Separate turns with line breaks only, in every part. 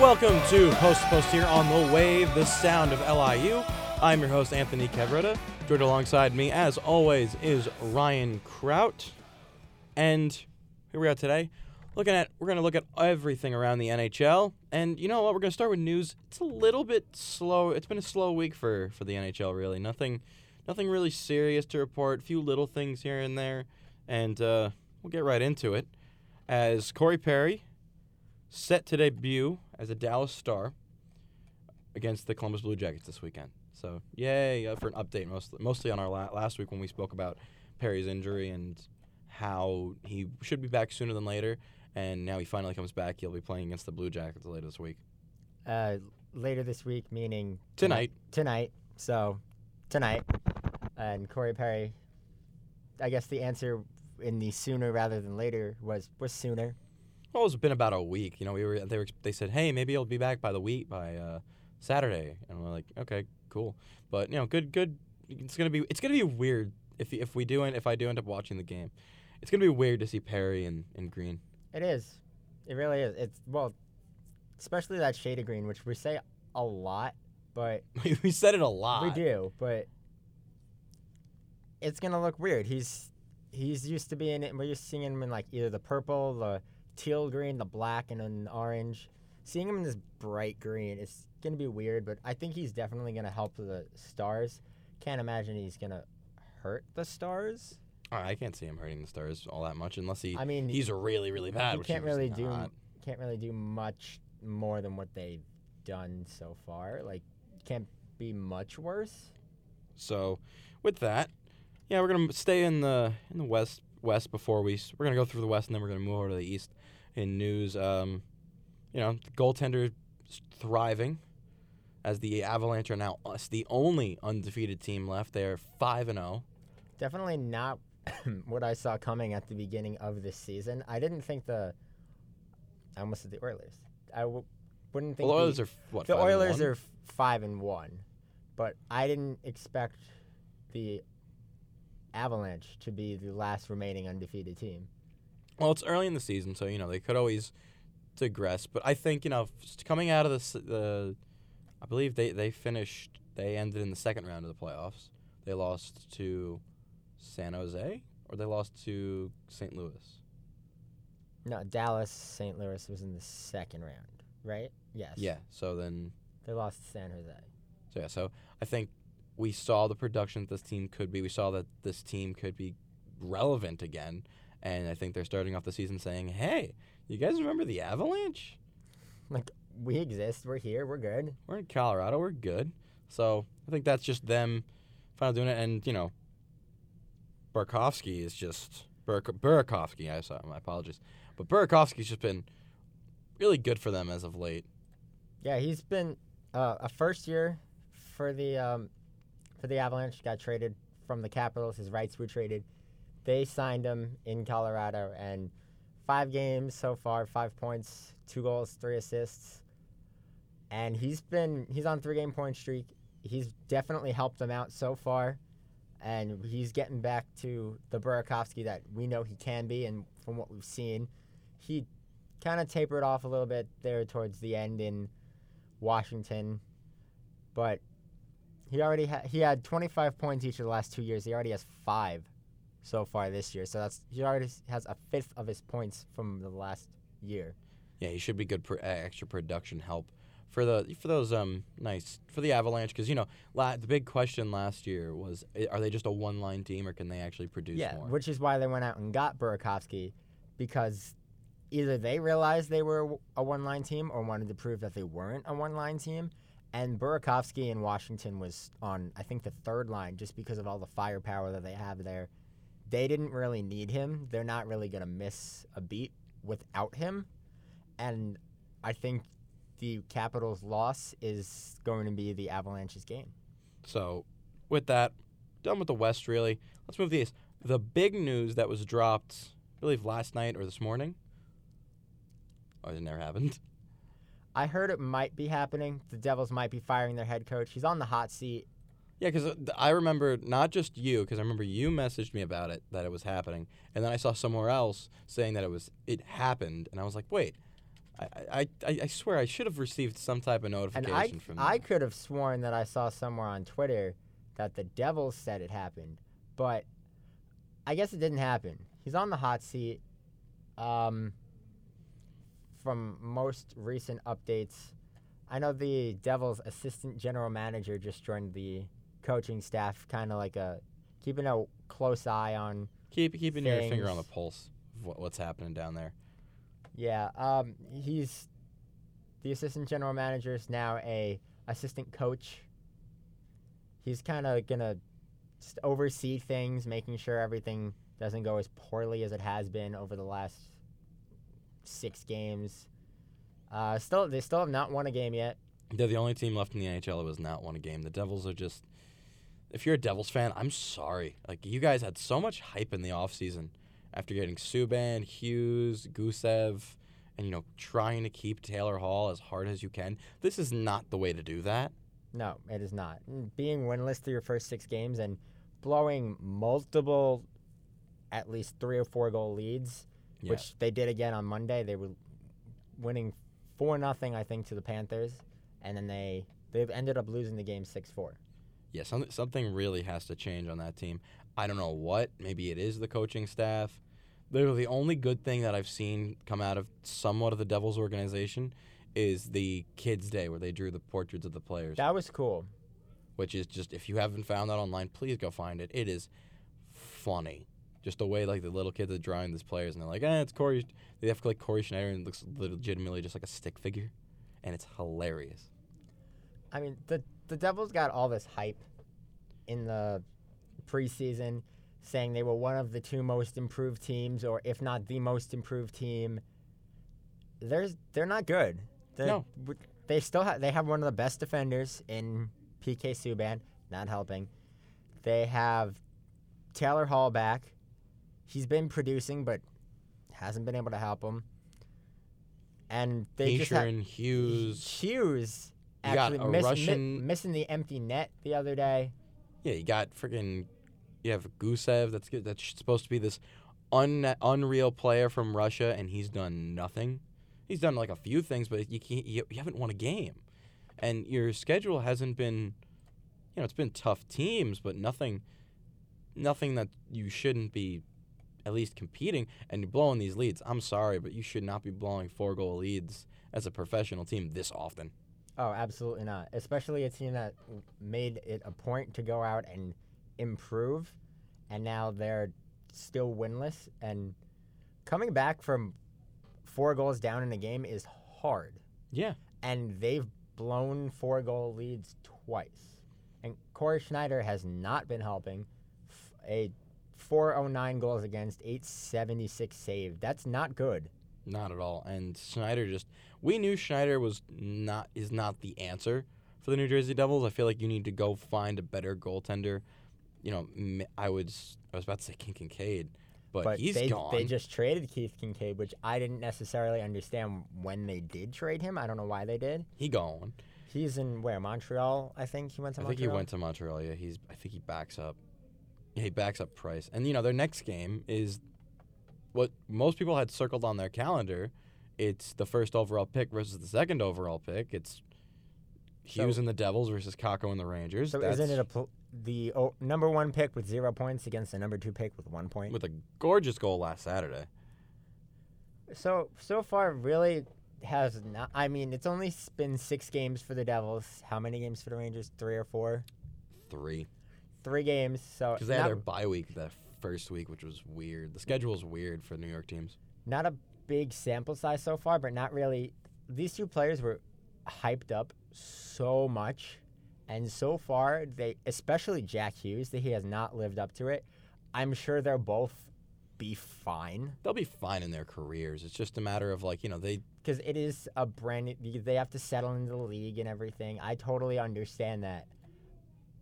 welcome to Post to Post here on the Wave, the sound of LIU. I'm your host, Anthony Cavretta. Joined alongside me, as always, is Ryan Kraut. And here we are today. Looking at we're gonna look at everything around the NHL. And you know what? We're gonna start with news. It's a little bit slow. It's been a slow week for, for the NHL really. Nothing nothing really serious to report. A few little things here and there. And uh, we'll get right into it. As Corey Perry set to debut as a Dallas Star against the Columbus Blue Jackets this weekend. So yay uh, for an update, mostly mostly on our la- last week when we spoke about Perry's injury and how he should be back sooner than later. And now he finally comes back. He'll be playing against the Blue Jackets later this week.
uh, later this week, meaning
Tonight.
Tonight. So, tonight. And Corey Perry. I guess the answer in the sooner rather than later was was sooner.
Well, it's been about a week. You know, we were they were they said, hey, maybe he'll be back by the week by uh, Saturday, and we're like, okay, cool. But you know, good, good. It's gonna be it's gonna be weird if if we do end if I do end up watching the game. It's gonna be weird to see Perry and, and Green.
It is. It really is. It's well, especially that shade of green, which we say a lot, but
we said it a lot.
we do. But it's gonna look weird. He's he's used to being we're used to seeing him in like either the purple, the teal green, the black, and an orange. Seeing him in this bright green is gonna be weird, but I think he's definitely gonna help the stars. Can't imagine he's gonna hurt the stars.
All right, I can't see him hurting the Stars all that much unless he
I mean,
he's really really bad.
he
which
can't
he's
really
not.
do can't really do much more than what they've done so far. Like can't be much worse.
So, with that, yeah, we're gonna stay in the in the west west before we s- we're gonna go through the west and then we're gonna move over to the east in news. Um, you know, the goaltender is thriving as the Avalanche are now us the only undefeated team left. They are five and oh. zero.
Definitely not what I saw coming at the beginning of this season. I didn't think the. I almost said the Oilers. I w- wouldn't
Well,
think
the Oilers
the,
are what?
the
five and
Oilers
one?
are f- five and one, but I didn't expect the Avalanche to be the last remaining undefeated team.
Well, it's early in the season, so you know they could always digress. But I think you know f- coming out of the s- the, I believe they they finished they ended in the second round of the playoffs. They lost to San Jose or they lost to St. Louis.
No, Dallas, St. Louis was in the second round, right? Yes.
Yeah. So then
They lost to San Jose.
so yeah so I think we saw the production that this team could be. We saw that this team could be relevant again, and I think they're starting off the season saying, "Hey, you guys remember the Avalanche?"
Like we exist. We're here. We're good.
we're in Colorado, we're good. So I think that's just them finally doing it. And you know, Burakovsky is just Burk- Burakovsky. I sorry, my apologies, but Burakovsky's just been really good for them as of late.
Yeah, he's been uh, a first year for the um, for the Avalanche. Got traded from the Capitals. His rights were traded. They signed him in Colorado, and five games so far: five points, two goals, three assists. And he's been he's on three game point streak. He's definitely helped them out so far, and he's getting back to the Burakovsky that we know he can be, and from what we've seen, he kind of tapered off a little bit there towards the end in Washington, but he already ha- he had 25 points each of the last two years. He already has five so far this year. So that's he already s- has a fifth of his points from the last year.
Yeah, he should be good for uh, extra production help for the for those um nice for the Avalanche because you know la- the big question last year was i- are they just a one line team or can they actually produce more?
which is why they went out and got Burakovsky because either they realized they were a one line team or wanted to prove that they weren't a one line team. And Burakovsky in Washington was on, I think, the third line just because of all the firepower that they have there. They didn't really need him. They're not really going to miss a beat without him. And I think the Capitals' loss is going to be the Avalanche's gain.
So, with that, done with the West, really. Let's move to the East. The big news that was dropped, I believe, last night or this morning. Oh, it never happened.
I heard it might be happening. The Devils might be firing their head coach. He's on the hot seat.
Yeah, because I remember not just you, because I remember you messaged me about it that it was happening, and then I saw somewhere else saying that it was it happened, and I was like, wait, I, I, I, I swear I should have received some type of
And
notification
I,
from
I
them.
could have sworn that I saw somewhere on Twitter that the Devils said it happened, but I guess it didn't happen. He's on the hot seat. Um, from most recent updates, I know the Devils' assistant general manager just joined the coaching staff, kind of like a keeping a close eye on.
Keep keeping your finger on the
things.
pulse of what, what's happening down there.
Yeah, um, he's the assistant general manager is now a assistant coach. He's kind of gonna just oversee things, making sure everything doesn't go as poorly as it has been over the last six games. Uh, still, they still have not won a game yet.
They're the only team left in the NHL that has not won a game. The Devils are just. If you're a Devils fan, I'm sorry. Like you guys had so much hype in the offseason after getting Subban, Hughes, Gusev, and you know trying to keep Taylor Hall as hard as you can. This is not the way to do that.
No, it is not. Mm, Being winless through your first six games and blowing multiple, at least three or four goal leads,
Yeah.
which they did again on Monday. They were winning four nothing, I think, to the Panthers, and then they they've ended up losing the game six four.
Yeah, something something really has to change on that team. I don't know what. Maybe it is the coaching staff. They're the only good thing that I've seen come out of somewhat of the Devils organization is the Kids Day where they drew the portraits of the players,
That was cool.
which is just if you haven't found that online, please go find it. It is funny. Just the way like the little kids are drawing these players and they're like, eh, it's Corey. They have like Corey Schneider and it looks legitimately just like a stick figure, and it's hilarious.
I mean, the the Devils got all this hype in the preseason, saying they were one of the two most improved teams, or if not the most improved team. There's they're not good. They're,
No.
w- they still have they have one of the best defenders in PK Subban, not helping. They have Taylor Hall back. He's been producing, but hasn't been able to help him. And they just ha-
Patron Hughes.
Hughes
You got
actually
a
miss, mi-
Russian-
missing the empty net the other day.
Yeah, you got freaking you have Gusev that's good, that's supposed to be this un, unreal player from Russia and he's done nothing. He's done like a few things but you can't you, you haven't won a game. And your schedule hasn't been you know, it's been tough teams but nothing nothing that you shouldn't be at least competing and you're blowing these leads. I'm sorry, but you should not be blowing four goal leads as a professional team this often.
Oh, absolutely not. Especially a team that w- made it a point to go out and improve, and now they're still winless. And coming back from four goals down in a game is hard.
Yeah.
And they've blown four goal leads twice. And Corey Schneider has not been helping. F- a 409 goals against, 876 save. That's not good.
Not at all. And Schneider just we knew Schneider was not is not the answer for the New Jersey Devils. I feel like you need to go find a better goaltender. You know, m- I was I was about to say King Kincaid, but,
but
he's
they,
gone.
they just traded Keith Kincaid, which I didn't necessarily understand when they did trade him. I don't know why they did.
he gone.
He's in where Montreal, I think he went
I
to
think
Montreal.
he went to Montreal. Yeah, he's I think he backs up. Yeah, he backs up Price. And you know, their next game is what most people had circled on their calendar. It's the first overall pick versus the second overall pick. It's
So-
Hughes and the Devils versus Kako and the Rangers.
So
That's-
isn't it a pl- the oh, number one pick with zero points against the number two pick with one point?
with a gorgeous goal last Saturday.
so so far, really has not. I mean, it's only s- been six games for the Devils. How many games for the Rangers? Three or four?
Three.
Three games. So
Because they had
not-
their bye week that first week, which was weird. The schedule is weird for New York teams.
not a big sample size so far, but not really. These two players were hyped up so much, and so far they, especially Jack Hughes, that he has not lived up to it. I'm sure they'll both be fine
They'll be fine in their careers. It's just a matter of like, you know, they
because it is a brand new. They have to settle into the league and everything. I totally understand that,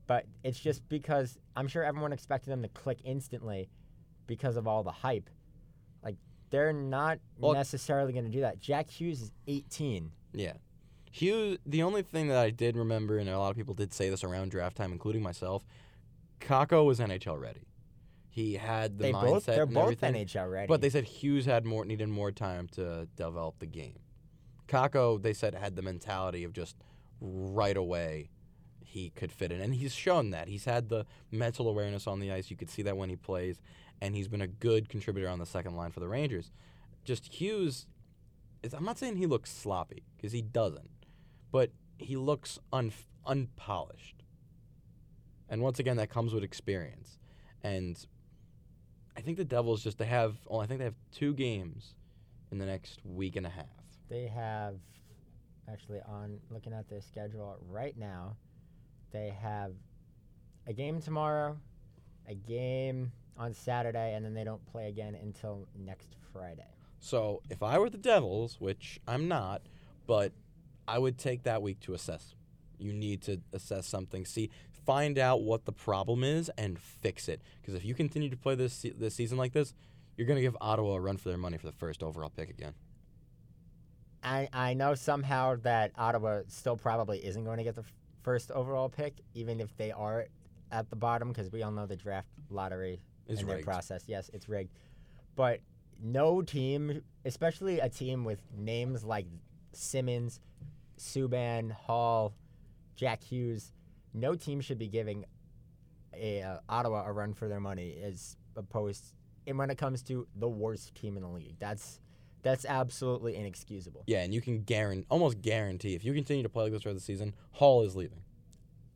but it's just because I'm sure everyone expected them to click instantly because of all the hype. Like they're not
Well-
necessarily going to do that. Jack Hughes is 18.
Yeah. Hughes, the only thing that I did remember, and a lot of people did say this around draft time, including myself, Kako was NHL ready. He had the
they
mindset
both they're
and
both
everything.
NHL ready.
But they said Hughes had more needed more time to develop the game. Kako, they said, had the mentality of just right away he could fit in. And he's shown that. He's had the mental awareness on the ice. You could see that when he plays. And he's been a good contributor on the second line for the Rangers. Just Hughes, is, I'm not saying he looks sloppy, because he doesn't, but he looks un, unpolished. And once again, that comes with experience. And I think the Devils just, they have, well, I think they have two games in the next week and a half.
They have actually on looking at their schedule right now. They have a game tomorrow, a game on Saturday, and then they don't play again until next Friday.
So if I were the Devils, which I'm not, but I would take that week to assess. You need to assess something, see, find out what the problem is, and fix it. Because if you continue to play this se- this season like this, you're going to give Ottawa a run for their money for the first overall pick again.
I, I know somehow that Ottawa still probably isn't going to get the f- first overall pick, even if they are at the bottom, because we all know the draft lottery
Is
and
rigged.
their process. Yes, it's rigged. But no team, especially a team with names like Simmons, Subban, Hall, Jack Hughes, no team should be giving a uh, Ottawa a run for their money as opposed. And when it comes to the worst team in the league, that's that's absolutely inexcusable.
Yeah, and you can guarantee, almost guarantee, if you continue to play like this for the season, Hall is leaving.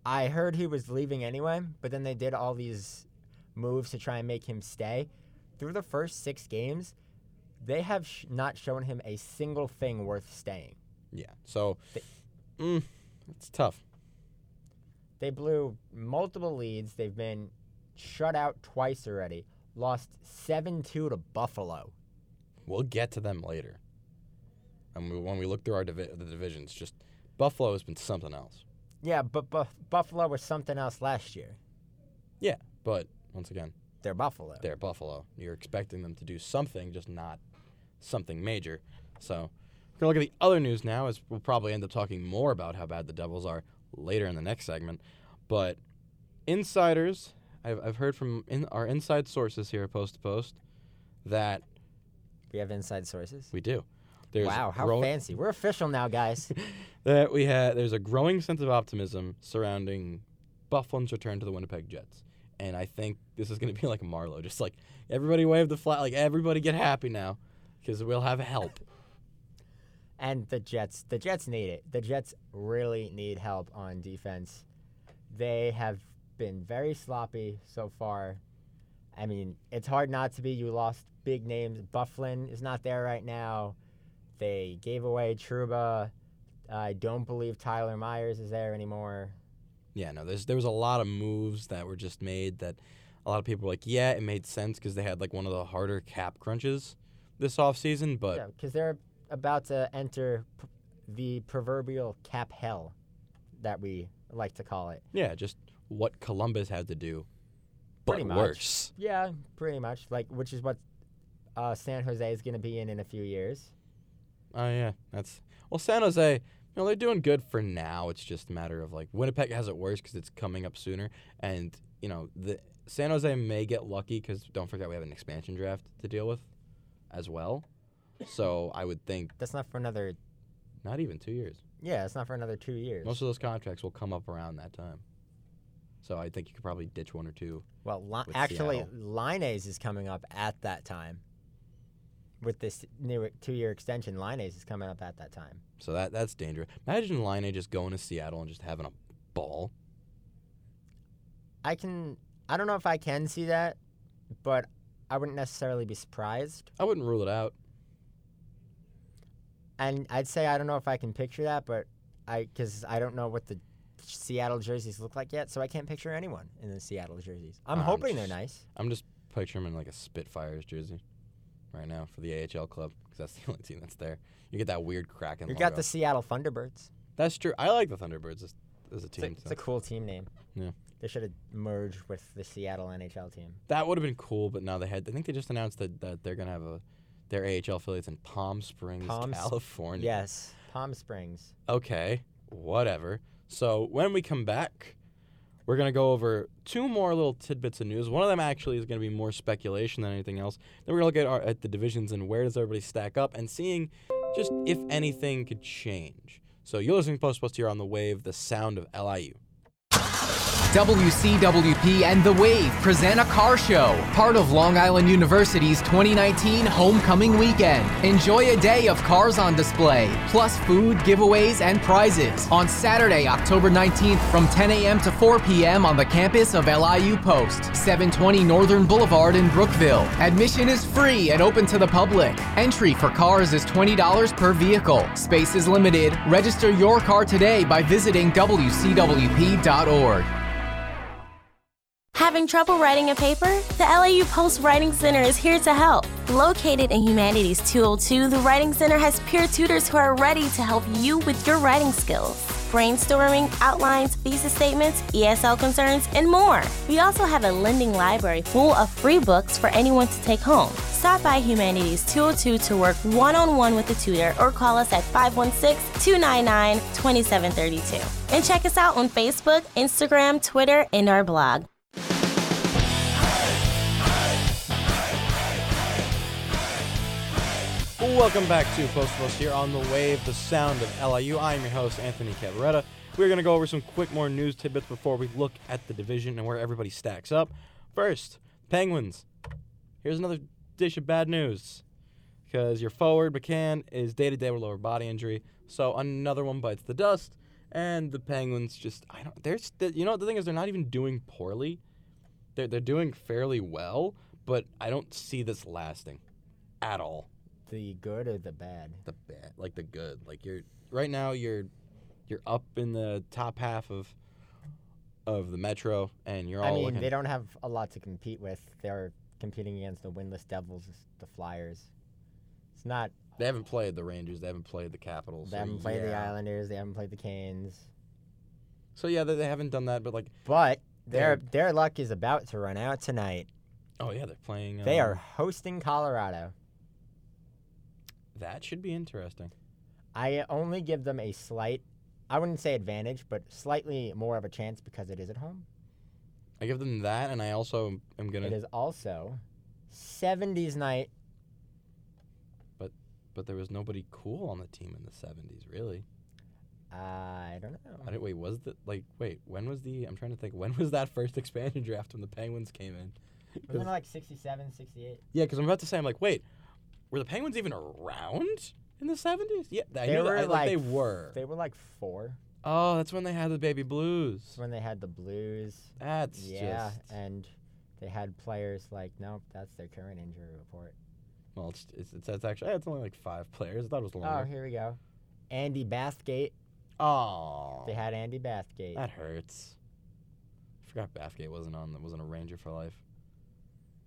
I heard he was leaving anyway, but then they did all these moves to try and make him stay. Through the first six games, they have sh- not shown him a single thing worth staying.
Yeah, so mm, it's tough.
They blew multiple leads. They've been shut out twice already. Lost 7 2 to Buffalo.
We'll get to them later. And we, when we look through our divi- the divisions, just Buffalo has been something else.
Yeah, but Buff Buffalo was something else last year.
Yeah, but once again,
They're Buffalo.
they're Buffalo. You're expecting them to do something, just not something major. So we're gonna look at the other news now, as we'll probably end up talking more about how bad the Devils are later in the next segment. But insiders, I've, I've heard from in, our inside sources here at Post to Post that
we have inside sources.
we do. There's
Wow, how
grow-
fancy. We're official now, guys.
that we had there's a growing sense of optimism surrounding Bufflin's return to the Winnipeg Jets. And I think this is going to be like Marlowe, just like everybody wave the flag, like everybody get happy now because we'll have help.
And the Jets, the Jets need it. The Jets really need help on defense. They have been very sloppy so far. I mean, it's hard not to be. You lost big names. Bufflin is not there right now. They gave away Truba. I don't believe Tyler Myers is there anymore.
Yeah, no, there's, there was a lot of moves that were just made that a lot of people were like, yeah, it made sense because they had like one of the harder cap crunches this offseason, but
Yeah, because they're about to enter p- the proverbial cap hell that we like to call it.
yeah, just what Columbus had to do, but
Pretty much.
worse.
Yeah, pretty much. Like, which is what uh, San Jose is going to be in in a few years.
Oh yeah, that's well. San Jose, you know, they're doing good for now. It's just a matter of like Winnipeg has it worse because it's coming up sooner, and you know the San Jose may get lucky because don't forget we have an expansion draft to deal with, as well. So I would think
That's not for another.
not even two years.
Yeah, it's not for another two years.
Most of those contracts will come up around that time. So I think you could probably ditch one or two.
well, li-
with
actually,
Seattle.
Lines is coming up at that time. With this new two-year extension, Lines is coming up at that time.
So that that's dangerous. Imagine Line just going to Seattle and just having a ball.
I can. I don't know if I can see that, but I wouldn't necessarily be surprised.
I wouldn't rule it out.
And I'd say I don't know if I can picture that, but I because I don't know what the Seattle jerseys look like yet, so I can't picture anyone in the Seattle jerseys. I'm
I'm
hoping they're
just-
nice.
I'm just picturing him in like a Spitfires jersey right now for the AHL club because that's the only team that's there. You get that weird Kraken.
You
logo.
got the Seattle Thunderbirds.
That's true. I like the Thunderbirds as, as a
It's a,
team.
it's
so.
a cool team name.
Yeah.
They should have merged with the Seattle NHL team.
that would have been cool, but now they had. I think they just announced that, that they're gonna have a their AHL affiliates in Palm Springs,
Palm Sp-
California.
Yes, Palm Springs.
Okay. Whatever. So when we come back, we're gonna go over two more little tidbits of news. One of them actually is gonna be more speculation than anything else. Then we're gonna look at, our, at the divisions and where does everybody stack up, and seeing just if anything could change. So you're listening to Post Post here on the wave, the sound of LIU.
WCWP and The Wave present a car show, part of Long Island University's 2019 Homecoming Weekend. Enjoy a day of cars on display, plus food, giveaways, and prizes on Saturday, October 19th from 10 a.m. to 4 p.m. on the campus of LIU Post, 720 Northern Boulevard in Brookville. Admission is free and open to the public. Entry for cars is $20 per vehicle. Space is limited. Register your car today by visiting WCWP.org.
Having trouble writing a paper? The LAU Post Writing Center is here to help. Located in Humanities 202, the Writing Center has peer tutors who are ready to help you with your writing skills. Brainstorming, outlines, thesis statements, ESL concerns, and more. We also have a lending library full of free books for anyone to take home. Stop by Humanities 202 to work one on one with a tutor or call us at 516 299 2732. And check us out on Facebook, Instagram, Twitter, and our blog.
Welcome back to Post Post here on the wave, the sound of LIU. I'm your host, Anthony Cavaretta. We're going to go over some quick more news tidbits before we look at the division and where everybody stacks up. First, Penguins. Here's another dish of bad news because your forward, McCann, is day to day with lower body injury. So another one bites the dust. And the Penguins just, I don't, they're, st- you know, the thing is, they're not even doing poorly. They're, they're doing fairly well, but I don't see this lasting at all
The good or the bad?
the bad, like the good. Like you're right now, you're you're up in the top half of of the metro, and you're all
I mean,
looking.
they don't have a lot to compete with. They're competing against the winless Devils, the Flyers. It's not
they haven't played the Rangers. They haven't played the Capitals.
they
so
haven't played the
yeah.
Islanders. They haven't played the Canes.
So yeah, they, they haven't done that. But like,
But their
They're-
their luck is about to run out tonight.
oh yeah, they're playing.
They
um,
are hosting Colorado.
That should be interesting.
I only give them a slight, I wouldn't say advantage, but slightly more of a chance because it is at home.
I give them that, and I also am
It
gonna.
is also 70s night.
But but there was nobody cool on the team in the seventies, really.
I don't
I
know.
didn't, wait, was the like wait when was the? I'm trying to think. When was that first expansion draft when the Penguins came in?
Wasn't it like 67, 68?
Yeah, because I'm about to say, I'm like, wait, were the Penguins even around in the 70s? Yeah, I
They
knew
were
that, I, like, they
like-
were.
They were like four
oh, that's when they had the baby blues.
when they had the Blues.
That's
Yeah,
just
and they had players like, nope, that's their current injury report.
well, it's it's, it's, that's actually it's only like five players. I thought it was
Oh,
longer.
here we go. Andy Bathgate.
Oh,
They had Andy Bathgate.
that hurts. I forgot Bathgate wasn't on. the- Wasn't a Ranger for life.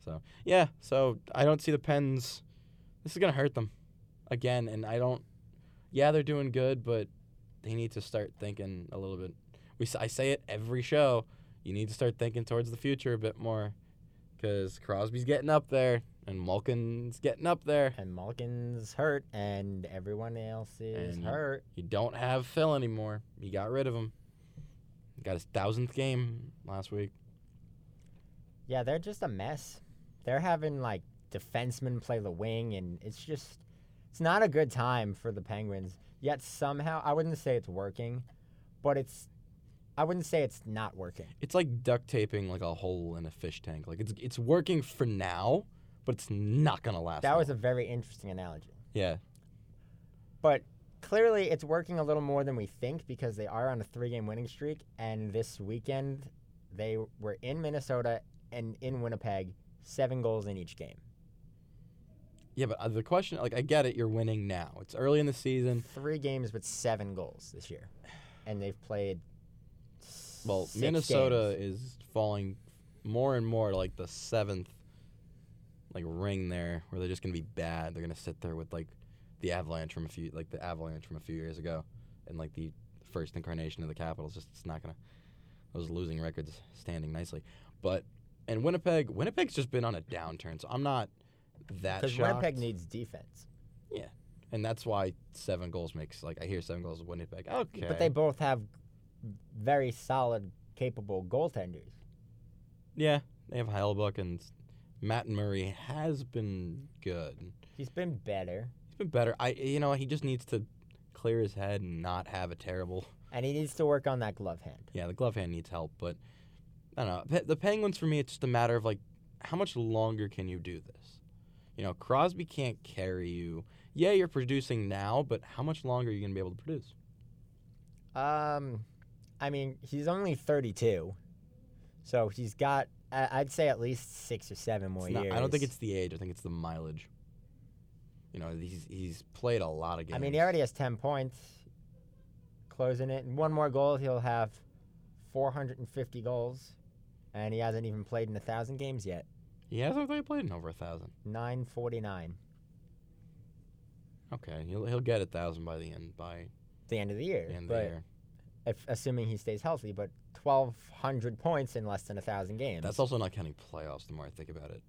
So yeah, so I don't see the Pens. This is gonna hurt them again, and I don't. Yeah, they're doing good, but they need to start thinking a little bit. We s- I say it every show. You need to start thinking towards the future a bit more, because Crosby's getting up there and Malkin's getting up there.
And Malkin's hurt, and everyone else is
And-
hurt.
You don't have Phil anymore. You got rid of him. Got his thousandth game last week.
Yeah, they're just a mess. They're having like defensemen play the wing, and it's just it's not a good time for the Penguins. Yet somehow, I wouldn't say it's working, but it's I wouldn't say it's not working.
It's like duct taping like a hole in a fish tank. Like it's it's working for now, but it's not gonna last.
That was
long.
a very interesting analogy,
yeah.
but clearly it's working a little more than we think because they are on a three-game winning streak, and this weekend they were in Minnesota and in Winnipeg, seven goals in each game.
Yeah, but uh, the question, like, I get it. You're winning now. It's early in the season.
three games with seven goals this year, and they've played. s-
Well,
six
Minnesota
games.
is falling more and more to, like the seventh, like ring there, where they're just gonna be bad. They're gonna sit there with like the Avalanche from a few, like the Avalanche from a few years ago, and like the first incarnation of the Capitals. Just it's not gonna. Those losing records standing nicely, but and Winnipeg, Winnipeg's just been on a downturn. So I'm not that
because
shocked.
Winnipeg needs defense,
yeah, and that's why seven goals makes like I hear seven goals is Winnipeg. Okay,
but they both have very solid, capable goaltenders.
Yeah, they have Heilbuck and Matt Murray has been good.
He's been better.
He's been better. I you know he just needs to clear his head and not have a terrible.
and he needs to work on that glove hand.
Yeah, the glove hand needs help, but I don't know. Pe- The Penguins for me, it's just a matter of like how much longer can you do this? You know, Crosby can't carry you. Yeah, you're producing now, but how much longer are you gonna be able to produce?
Um, I mean, he's only 32, so he's got I- I'd say at least six or seven more
It's not-
years.
I don't think it's the age. I think it's the mileage. You know, he's he's played a lot of games.
I mean, he already has 10 points, closing it. And one more goal, he'll have 450 goals, and he hasn't even played in a thousand games yet.
he hasn't really played in over a thousand.
949,
Okay, he'll he'll get a thousand by the end by
the end of the year.
the end of
but
the year.
If, assuming he stays healthy, but 1,200 points in less than a thousand games.
That's also not counting playoffs. The more I think about it,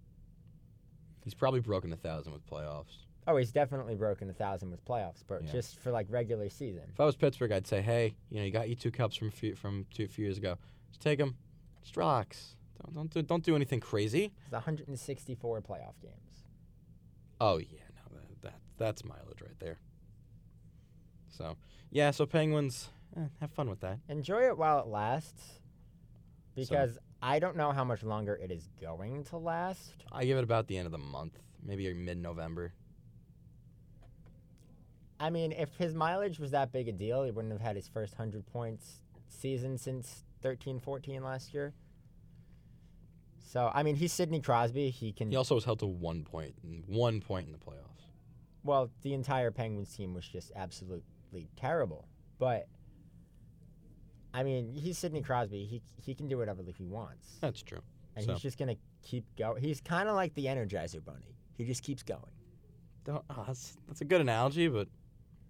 he's probably broken a thousand with playoffs.
oh, he's definitely broken a thousand with playoffs, but
Yeah.
just for like regular season.
If I was Pittsburgh, I'd say, hey, you know, you got you two cups from a few, from two few years ago. Just take them. Just relax. Don't don't do, don't do anything crazy.
It's 164 playoff games.
Oh yeah, no, that, that that's mileage right there. So yeah, so Penguins, eh, have fun with that.
Enjoy it while it lasts, because I don't know how much longer it is going to last.
I give it about the end of the month, maybe mid November.
I mean, if his mileage was that big a deal, he wouldn't have had his first 100 points season since 13 14 last year. So, I mean, he's Sidney Crosby. He can.
He also was held to one point, one point in the playoffs.
well, the entire Penguins team was just absolutely terrible. But, I mean, he's Sidney Crosby. He, he can do whatever he wants.
That's true.
And
so.
he's just going to keep going. He's kind of like the Energizer Bunny, he just keeps going.
Don't, oh, that's that's a good analogy, but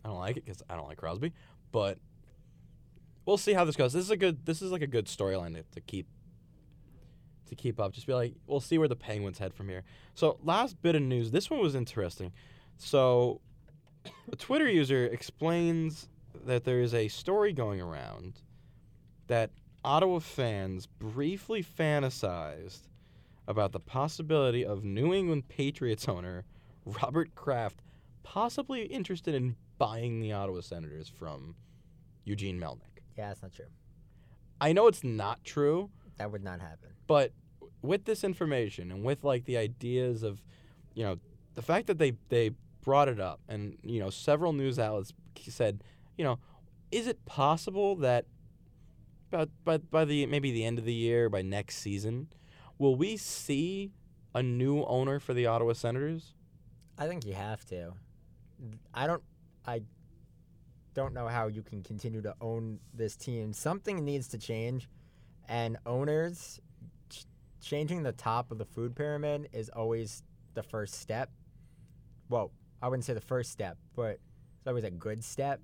I don't like it because I don't like Crosby. But we'll see how this goes. This is a good. This is like a good storyline to, to keep to keep up. Just be like, we'll see where the Penguins head from here. So last bit of news. This one was interesting. So a Twitter user explains that there is a story going around that Ottawa fans briefly fantasized about the possibility of New England Patriots owner Robert Kraft possibly interested in buying the Ottawa Senators from Eugene Melnick.
Yeah, that's not true.
I know it's not true,
That would not happen.
but with this information and with like the ideas of, you know, the fact that they they brought it up and you know several news outlets said, you know, is it possible that about by by the maybe the end of the year by next season, will we see a new owner for the Ottawa Senators?
I think you have to. I don't. I don't know how you can continue to own this team. Something needs to change, and owners ch- changing the top of the food pyramid is always the first step. Well, I wouldn't say the first step, but it's always a good step.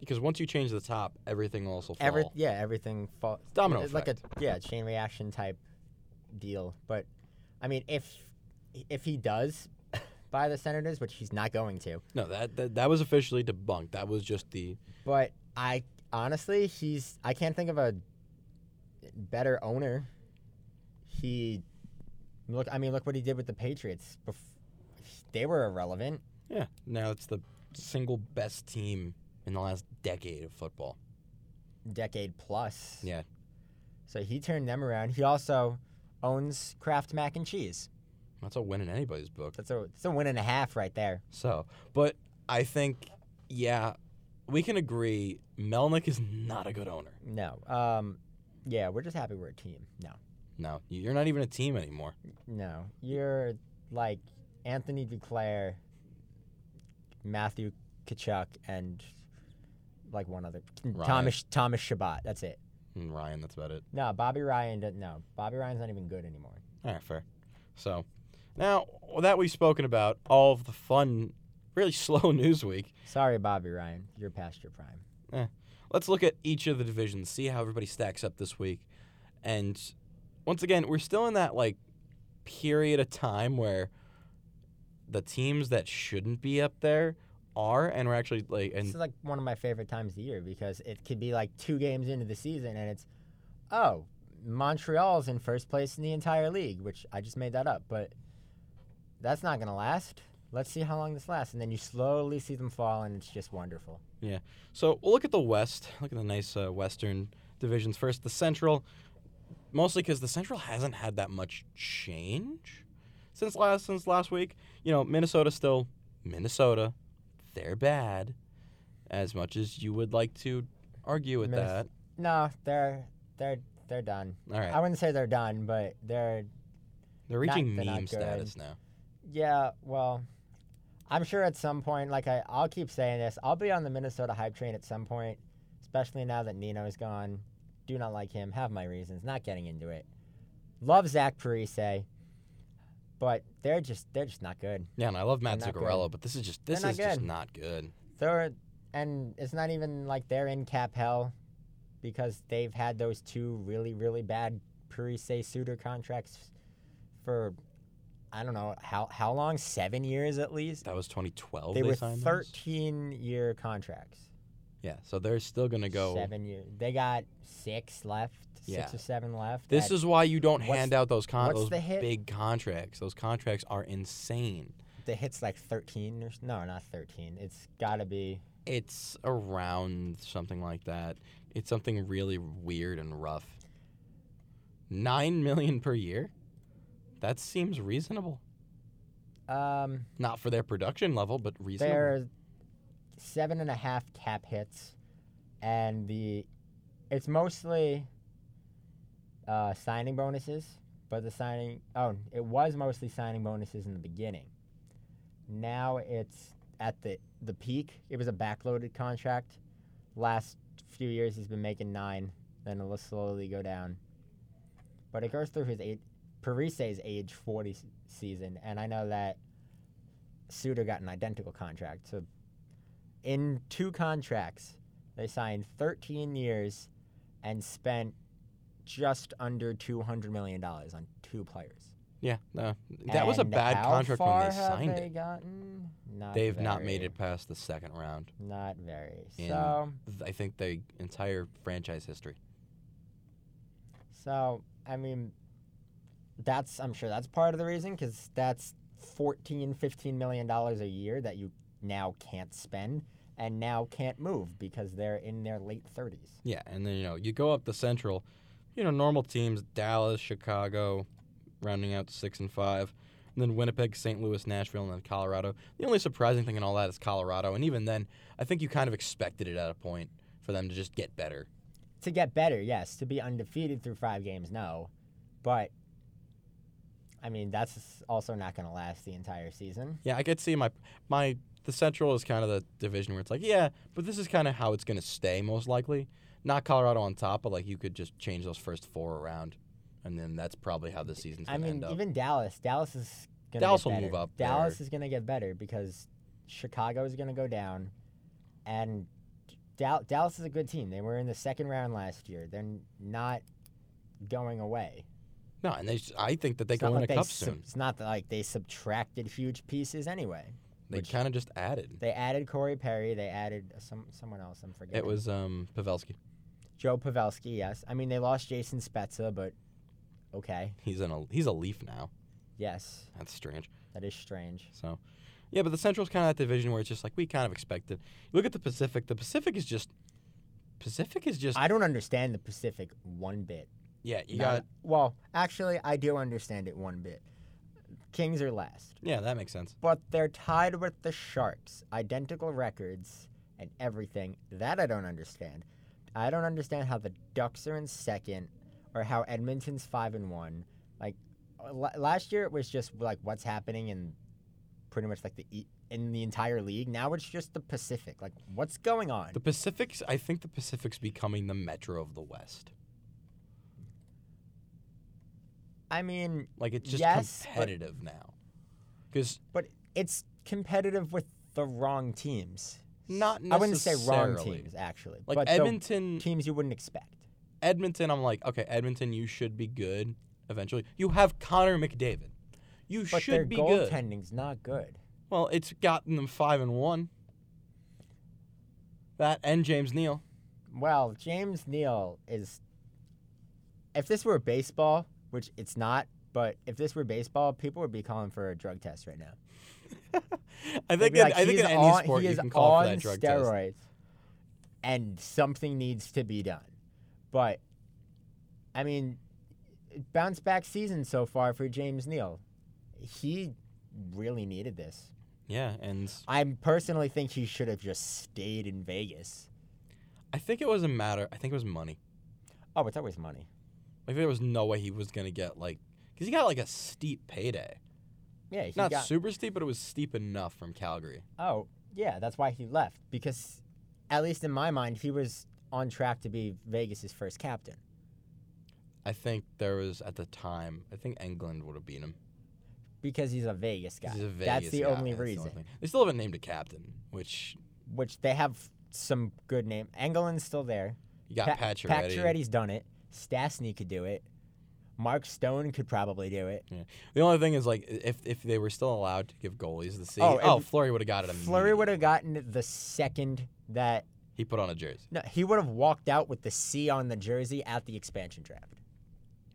Because once you change the top, everything will also fall.
Every yeah, everything falls.
Domino
It's like a yeah chain reaction type deal. But I mean, if if he does buy the Senators, which he's not going to,
No, that, that that was officially debunked. That was just the
But I honestly, he's I can't think of a better owner. He look. I mean, look what he did with the Patriots. Bef- they were irrelevant.
yeah. Now it's the single best team in the last decade of football.
Decade plus.
Yeah,
So he turned them around. He also owns Kraft Mac and Cheese.
that's a win in anybody's book.
That's a that's a win and a half right there.
So, but I think yeah, we can agree Melnick is not a good owner.
No. Um. Yeah, we're just happy we're a team. No.
No, you're not even a team anymore.
No. You're like Anthony Duclair, Matthew Kachuk, and like one other
Ryan.
Thomas Thomas Shabbat. That's it.
And Mm, Ryan, that's about it.
No, Bobby Ryan. doesn't- No, Bobby Ryan's not even good anymore.
All right, fair. So, now that we've spoken about all of the fun, really slow news week,
Sorry, Bobby Ryan. You're past your prime.
let's look at each of the divisions, see how everybody stacks up this week. And once again, we're still in that like period of time where the teams that shouldn't be up there are, and we're actually like,
this
and
is like one of my favorite times of the year because it could be like two games into the season and it's, oh, Montreal's in first place in the entire league, which I just made that up, but that's not gonna last. let's see how long this lasts. And then you slowly see them fall, and it's just wonderful.
Yeah. So we'll look at the West. Look at the nice uh, Western divisions first. The Central, mostly because the Central hasn't had that much change since last since last week. You know, Minnesota still Minnesota. They're bad. As much as you would like to argue with
Minnes-
that.
No, they're they're they're done.
All right.
I wouldn't say they're done, but they're
They're reaching
they're not
meme
good.
status now.
yeah. Well, I'm sure at some point, like I, I'll keep saying this, I'll be on the Minnesota hype train at some point, especially now that Nino's gone. Do not like him. Have my reasons. Not getting into it. Love Zach Parise, but they're just they're just not good.
Yeah, and I love Matt
They're not good.
Zuccarello, but this is just this
They're not
is just
good.
not good.
They're and it's not even like they're in cap hell because they've had those two really really bad Parise Suter contracts for I don't know how how long seven years at least.
That was 2012.
they
Oh, They,
were
signed those?
thirteen year contracts.
Yeah, so they're still gonna go.
seven years. They got six left.
Yeah.
Six or seven left.
This
at-
is why you don't
what's-
hand out those con-
what's
those
the hit?
big contracts. Those contracts are insane.
the hits like thirteen or s- no, not thirteen. It's got to be
It's around something like that. It's something really weird and rough. Nine million per year. That seems reasonable.
um
Not for their production level, but reasonable.
They're seven and a half cap hits, and the it's mostly uh, signing bonuses. But the signing oh, it was mostly signing bonuses in the beginning. Now it's at the the peak. It was a backloaded contract. Last few years he's been making nine. Then it'll slowly go down. But it goes through his eight. Parise's age 40 s- season, and I know that Suter got an identical contract. So in two contracts, they signed 13 years and spent just under $200 million on two players.
yeah, no, that was a
And
bad
how
contract when
far
they signed
have they
it.
Gotten? Not
They've not
very.
made it past the second round.
Not very.
in
So,
th- I think the entire franchise history.
so I mean, that's I'm sure that's part of the reason because that's 14, 15 million dollars a year that you now can't spend and now can't move because they're in their late 30s.
Yeah, and then you know you go up the Central, you know normal teams Dallas, Chicago, rounding out to six and five, and then Winnipeg, St. Louis, Nashville, and then Colorado. The only surprising thing in all that is Colorado, and even then, I think you kind of expected it at a point for them to just get better.
to get better, yes. To be undefeated through five games, no. But I mean, that's also not going to last the entire season.
Yeah, I could see my my the Central is kind of the division where it's like yeah, but this is kind of how it's gonna stay most likely. Not Colorado on top, but like you could just change those first four around, and then that's probably how the season's
I
gonna
mean,
end up.
even Dallas. Dallas is going to
Dallas
get
will
better.
move up.
Dallas
They're-
is going to get better because Chicago is going to go down, and Dal- Dallas is a good team. They were in the second round last year. They're not going away.
No, and they, s- I think that they
It's not
can win
like
a
they
cup
sub-
soon.
It's not like they subtracted huge pieces anyway.
They
which-
kind of just added.
They added Corey Perry. They added some someone else. I'm forgetting.
It was um, Pavelski.
Joe Pavelski, yes. I mean, they lost Jason Spezza, but okay.
He's in a he's a Leaf now.
Yes,
That's strange.
that is strange.
So, yeah, but the Central's kind of that division where it's just like we kind of expected. Look at the Pacific. The Pacific is just Pacific is just
I don't understand the Pacific one bit.
yeah. You
Not-
got
well, actually, I do understand it one bit. Kings are last,
yeah. That makes sense.
but they're tied with the Sharks, identical records and everything. That I don't understand. I don't understand how the Ducks are in second, or how Edmonton's five and one. Like l- last year, it was just like what's happening in pretty much like the e- in the entire league. Now it's just the Pacific. Like what's going on?
The Pacific's I think the Pacific's becoming the metro of the West.
I mean,
Like it's just
Yes, but-
competitive now. Because
but it's competitive with the wrong teams.
not
I wouldn't say wrong
necessarily.
teams actually,
Like
but the
Edmonton,
teams you wouldn't expect.
Edmonton, I'm like, okay, Edmonton, you should be good eventually. You have Connor McDavid. You
But their
should be good.
goaltending's not good.
Well, it's gotten them five and one. That and James Neal.
Well, James Neal is. If this were baseball, which it's not, But if this were baseball, people would be calling for a drug test right now.
I
They'd
think
be
that,
like,
I think
"He's
in any
on-
sport
he
you
is
can call
on
for that drug test.
steroids, and something needs to be done. But I mean, bounce back season so far for James Neal. He really needed this.
Yeah, and
I personally think he should have just stayed in Vegas.
I think it was a matter. I think it was money.
Oh, it's always money.
Like there was no way he was gonna get like because he got like a steep payday.
Yeah, he
Not
got.
super steep, but it was steep enough from Calgary.
oh, yeah, that's why he left because, at least in my mind, he was on track to be Vegas's first captain.
I think there was at the time. I think England would have beat him.
because he's a Vegas guy.
He's a
that's
Vegas
the
guy,
only
that's the
reason.
thing. They still haven't named a captain, which
Which they have some good name. Engelin's still there.
you got
Pa-
Pacioretty.
Pacioretty's done it. Stastny could do it. Mark Stone could probably do it.
Yeah. The only thing is like if if they were still allowed to give goalies the seat.
Oh,
Oh,
and
Flurry would have got it.
Flurry would have
immediately.
gotten it the second that
He put on a jersey.
no, he would have walked out with the C on the jersey at the expansion draft.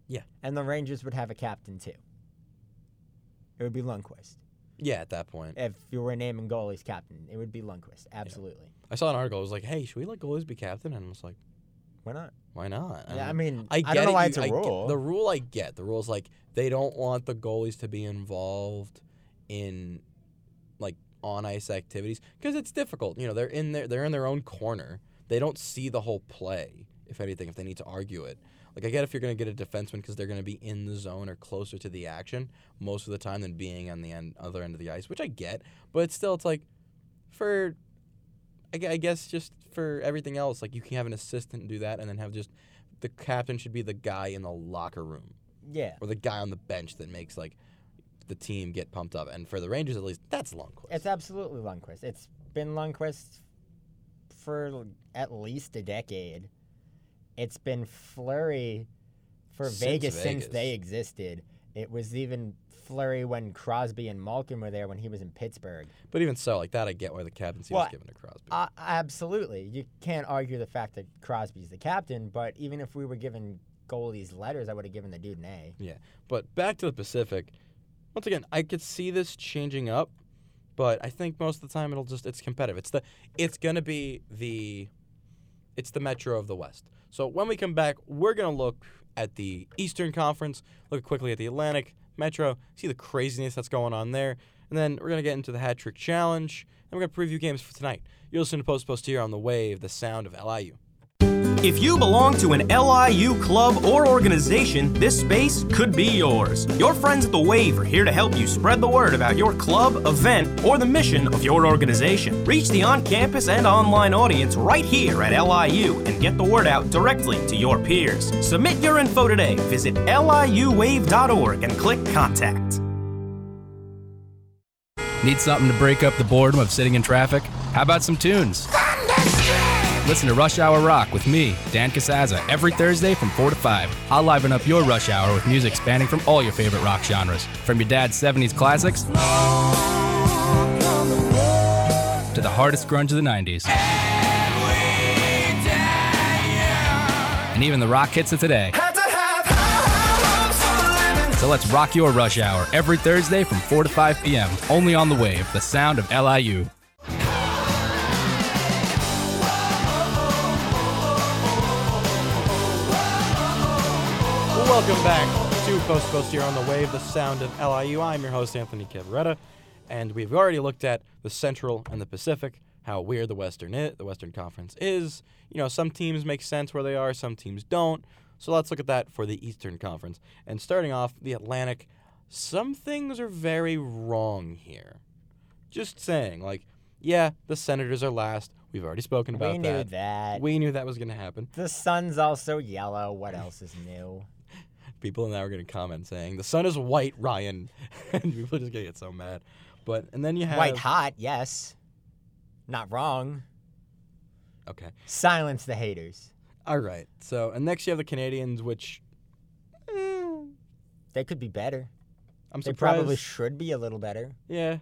Yeah.
And the Rangers would have a captain too. It would be Lundqvist.
Yeah, at that point.
If you were naming goalies captain, it would be Lundqvist. Absolutely.
I saw an article. It was like, hey, should we let goalies be captain? And I was like,
Why not?
why not?
Yeah, I
mean.
mean,
Uh, I get
don't know
it,
why
you-
it's a
I get-
rule.
the rule I get. The rule's like they don't want the goalies to be involved in like on ice activities because it's difficult. You know, they're in their they're in their own corner. They don't see the whole play. If anything, if they need to argue it, like I get if you're going to get a defenseman because they're going to be in the zone or closer to the action most of the time than being on the end, other end of the ice, which I get. But it's still, it's like for I, gue- I guess just for everything else, like you can have an assistant do that, and then have just the captain should be the guy in the locker room
yeah.
or the guy on the bench that makes like the team get pumped up. And for the Rangers, at least, that's Lundqvist.
It's absolutely Lundqvist. It's been Lundqvist for l- at least a decade. It's been Flurry for
Since
Vegas, since
Vegas.
they existed. It was even Flurry when Crosby and Malkin were there when he was in Pittsburgh.
but even so, like that, I get why the captaincy
Well,
was given to Crosby.
Uh, absolutely. You can't argue the fact that Crosby's the captain, but even if we were given goalies letters, I would have given the dude an A.
yeah, but back to the Pacific. Once again, I could see this changing up, but I think most of the time it'll just it's competitive. It's the it's gonna be the it's the Metro of the West. So when we come back, we're going to look at the Eastern Conference, look quickly at the Atlantic, Metro, see the craziness that's going on there. And then we're going to get into the Hat Trick Challenge, and we're going to preview games for tonight. You're listening to Post Post here on the wave, the sound of LIU.
If you belong to an LIU club or organization, this space could be yours. Your friends at The Wave are here to help you spread the word about your club, event, or the mission of your organization. Reach the on campus and online audience right here at LIU and get the word out directly to your peers. Submit your info today. Visit liuwave.org and click Contact.
Need something to break up the boredom of sitting in traffic? How about some tunes? Listen to Rush Hour Rock with me, Dan Casaza, every Thursday from 4 to 5. I'll liven up your rush hour with music spanning from all your favorite rock genres. From your dad's 70s classics to the hardest grunge of the 90s. And even the rock hits of today. So let's rock your rush hour every Thursday from 4 to 5 p.m. only on the wave, the sound of LIU.
Welcome back to Post Post here on the wave, the sound of LIU. I'm your host, Anthony Cavaretta, and we've already looked at the Central and the Pacific, how weird the Western i- the Western Conference is. You know, some teams make sense where they are, some teams don't. So let's look at that for the Eastern Conference. And starting off, the Atlantic, some things are very wrong here. Just saying, like, yeah, the Senators are last. We've already spoken about
we knew that.
We knew that was going to happen.
the sun's also yellow. What else is new?
people now are going to comment saying the sun is white, Ryan, and people are just going to get so mad. But and then you have
White hot, yes. Not wrong.
Okay,
Silence the haters.
all right. So and next you have the Canadians, which eh,
They could be better.
I'm
They
surprised.
probably should be a little better.
yeah,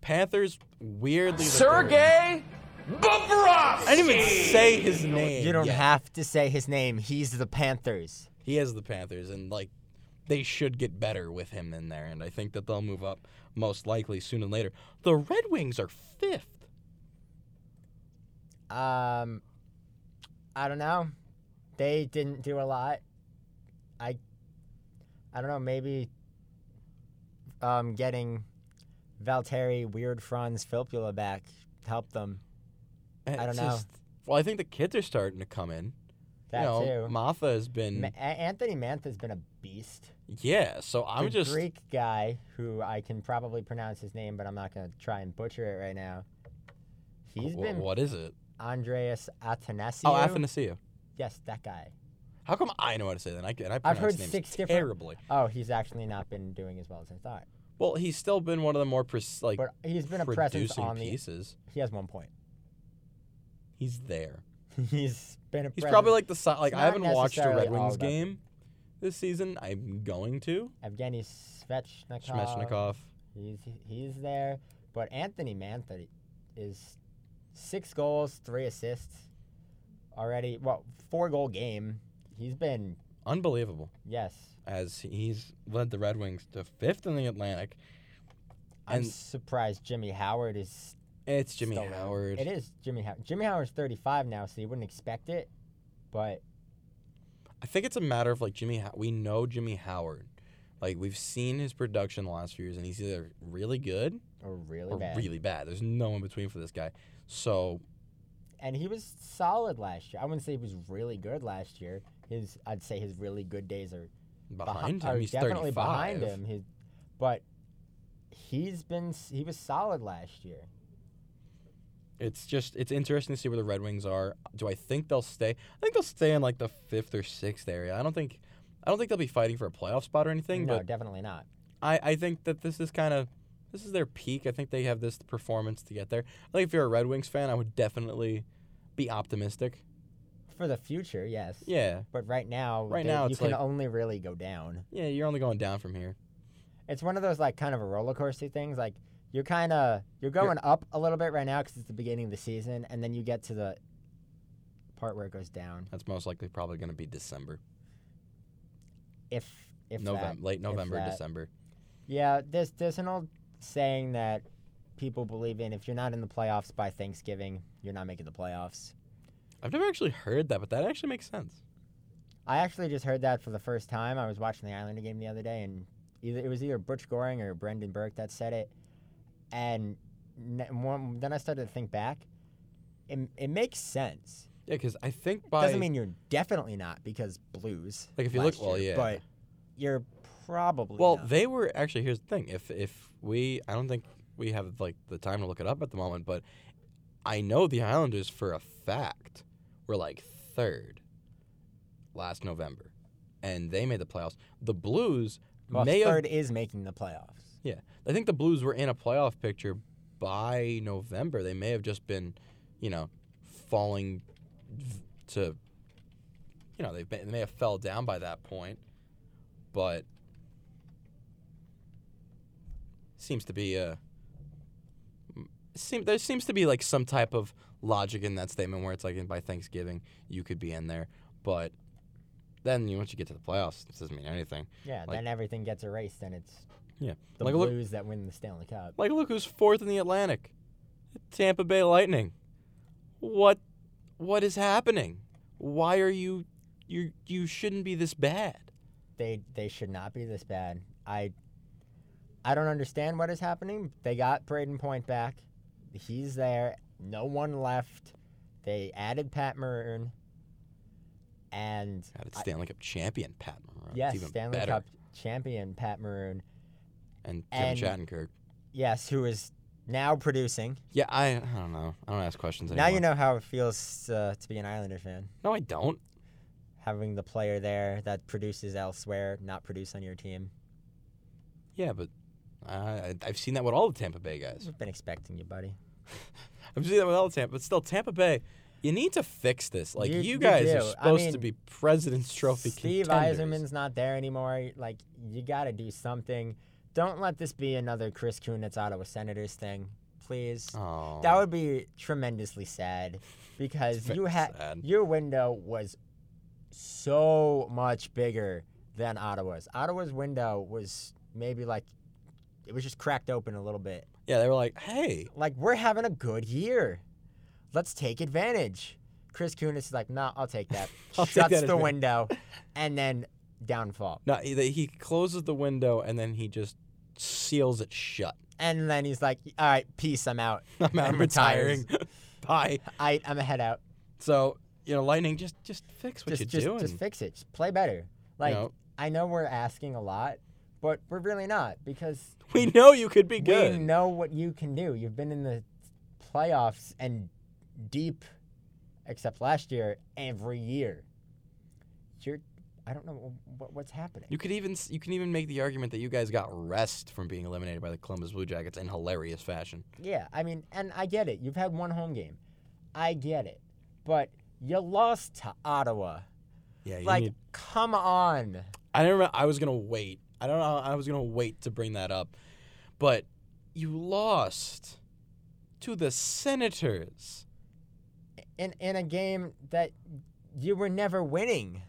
Panthers weirdly. Sergey Bobrovsky. I didn't even say his name.
You don't
yet.
have to say his name. He's the Panthers.
He has the Panthers, and like they should get better with him in there, and I think that they'll move up most likely sooner than later. The Red Wings are fifth.
Um, I don't know. They didn't do a lot. I, I don't know. Maybe, um, getting Valteri, Weird Franz, Filipula back helped them.
And
I
it's
don't know.
well, I think the kids are starting to come in.
That
you know,
too.
Matha has been.
Ma- A- Anthony Mantha's been a beast.
yeah, so I'm
the
just.
Greek guy who I can probably pronounce his name, but I'm not gonna try and butcher it right now. He's
Wh-
been
what is it?
Andreas Athanasiou.
Oh, Athanasio.
Yes, that guy.
How come I know how to say that? And I, and I
I've
pronounce
heard
names
six different-
terribly.
Oh, he's actually not been doing as well as I thought.
Well, he's still been one of the more pres- like
But he's been a presence
producing
on the.
pieces.
He has one point.
He's there.
he's been a.
He's
presence.
probably like the si- like I
not
haven't watched a Red
necessarily all
Wings
about-
game this season. I'm going to
Evgeny Svechnikov.
Shmeshnikov.
He's he's there, but Anthony Mantha is six goals, three assists already. Well, four goal game. He's been
Unbelievable
yes.
as he's led the Red Wings to fifth in the Atlantic.
I'm
And-
surprised Jimmy Howard is.
It's Jimmy
still there.
Howard.
It is Jimmy Howard. Jimmy Howard's 35 now, so you wouldn't expect it, but
I think it's a matter of like Jimmy. How- we know Jimmy Howard. Like we've seen his production the last few years, and he's either really good
or really
or
bad.
really bad. There's no in between for this guy. So
and he was solid last year. I wouldn't say he was really good last year. His I'd say his really good days are
behind
are
him, he's
oh, definitely
35.
behind him. He, but he's been s- he was solid last year.
It's just it's interesting to see where the Red Wings are. Do I think they'll stay? I think they'll stay in like the fifth or sixth area. I don't think, I don't think they'll be fighting for a playoff spot or anything.
No,
but
definitely not.
I, I think that this is kind of this is their peak. I think they have this performance to get there. I think if you're a Red Wings fan, I would definitely be optimistic.
For the future, yes.
Yeah,
But right now,
Right
they-
now
you
it's
can
like-
only really go down.
yeah. You're only going down from here.
It's one of those like kind of a roller coaster things. Like you're kind of you're going up a little bit right now because it's the beginning of the season, and then you get to the part where it goes down.
That's most likely probably going to be December,
If if that-
November, late
if
November,
that.
December.
Yeah, there's there's an old saying that people believe in. If you're not in the playoffs by Thanksgiving, you're not making the playoffs.
I've never actually heard that, but that actually makes sense.
I actually just heard that for the first time. I was watching the Islander game the other day, and either it was either Butch Goring or Brendan Burke that said it. And ne- one, then I started to think back. It, it makes sense.
Yeah, because I think by
Doesn't mean you're definitely not because Blues.
Like, if you
last
look- well,
year,
yeah.
But you're probably
Well,
not.
they were actually. Here's the thing: if if we, I don't think we have like the time to look it up at the moment, but I know the Islanders for a fact were like third last November, and they made the playoffs. The Blues
Well,
may have.
third is making the playoffs.
Yeah, I think the Blues were in a playoff picture by November. They may have just been, you know, falling v- to. You know, they've been, they may have fell down by that point, but seems to be a. Seem, there seems to be like some type of logic in that statement where it's like by Thanksgiving you could be in there, but then you, once you get to the playoffs, it doesn't mean anything.
Yeah,
Like-
then everything gets erased, and it's
Yeah,
the
like look,
Blues that win the Stanley Cup.
Like, look who's fourth in the Atlantic, Tampa Bay Lightning. What, what is happening? Why are you, you, you shouldn't be this bad.
They they should not be this bad. I I don't understand what is happening. They got Braden Point back. He's there. No one left. They added Pat Maroon. And
God, it's
I-
Stanley Cup champion Pat Maroon. It's
yes,
even
Stanley
better.
Cup champion Pat Maroon.
and
and-
Jim Shattenkirk.
Yes, who is now producing.
Yeah, I, I don't know. I don't ask questions anymore.
Now you know how it feels uh, to be an Islander fan.
No, I don't.
Having the player there that produces elsewhere not produce on your team.
Yeah, but I, I- I've seen that with all the Tampa Bay guys.
Been expecting you, buddy.
I've seen that with all the Tampa. But still, Tampa Bay. You need to fix this. Like
You-
you,
you
guys are
do. I
supposed to
mean,
be President's Trophy
Steve
contenders.
Eiserman's not there anymore. Like you got to do something. Don't let this be another Chris Kunitz Ottawa Senators thing, please.
Oh,
That would be tremendously sad because
very
you had
sad.
your window was so much bigger than Ottawa's. Ottawa's window was maybe like it was just cracked open a little bit.
Yeah, they were like, hey,
Like we're having a good year. Let's take advantage. Chris Kunis is like, nah, I'll take that.
I'll take that
Shuts the
advantage.
window, and then downfall.
no, he, they- he closes the window and then he just seals it shut.
And then he's like, all right, peace, I'm out.
I'm, out,
And
I'm
retires.
retiring. Bye.
I, I'm a head out.
So you know, Lightning, just just fix what
just,
you're
just,
doing.
just fix it. Just play better. Like
know.
I know we're asking a lot, but we're really not because
we know you could be
we
good.
know what you can do. You've been in the playoffs and deep, except last year, every year. You're, I don't know what, what's happening.
You could even s- you can even make the argument that you guys got rest from being eliminated by the Columbus Blue Jackets in hilarious fashion.
Yeah, I mean, and I get it. You've had one home game, I get it, but you lost to Ottawa.
Yeah, you
Like,
need-
come on.
I don't remember. I was gonna wait. I don't know. I was gonna wait to bring that up, but you lost to the Senators.
In in a game that you were never winning.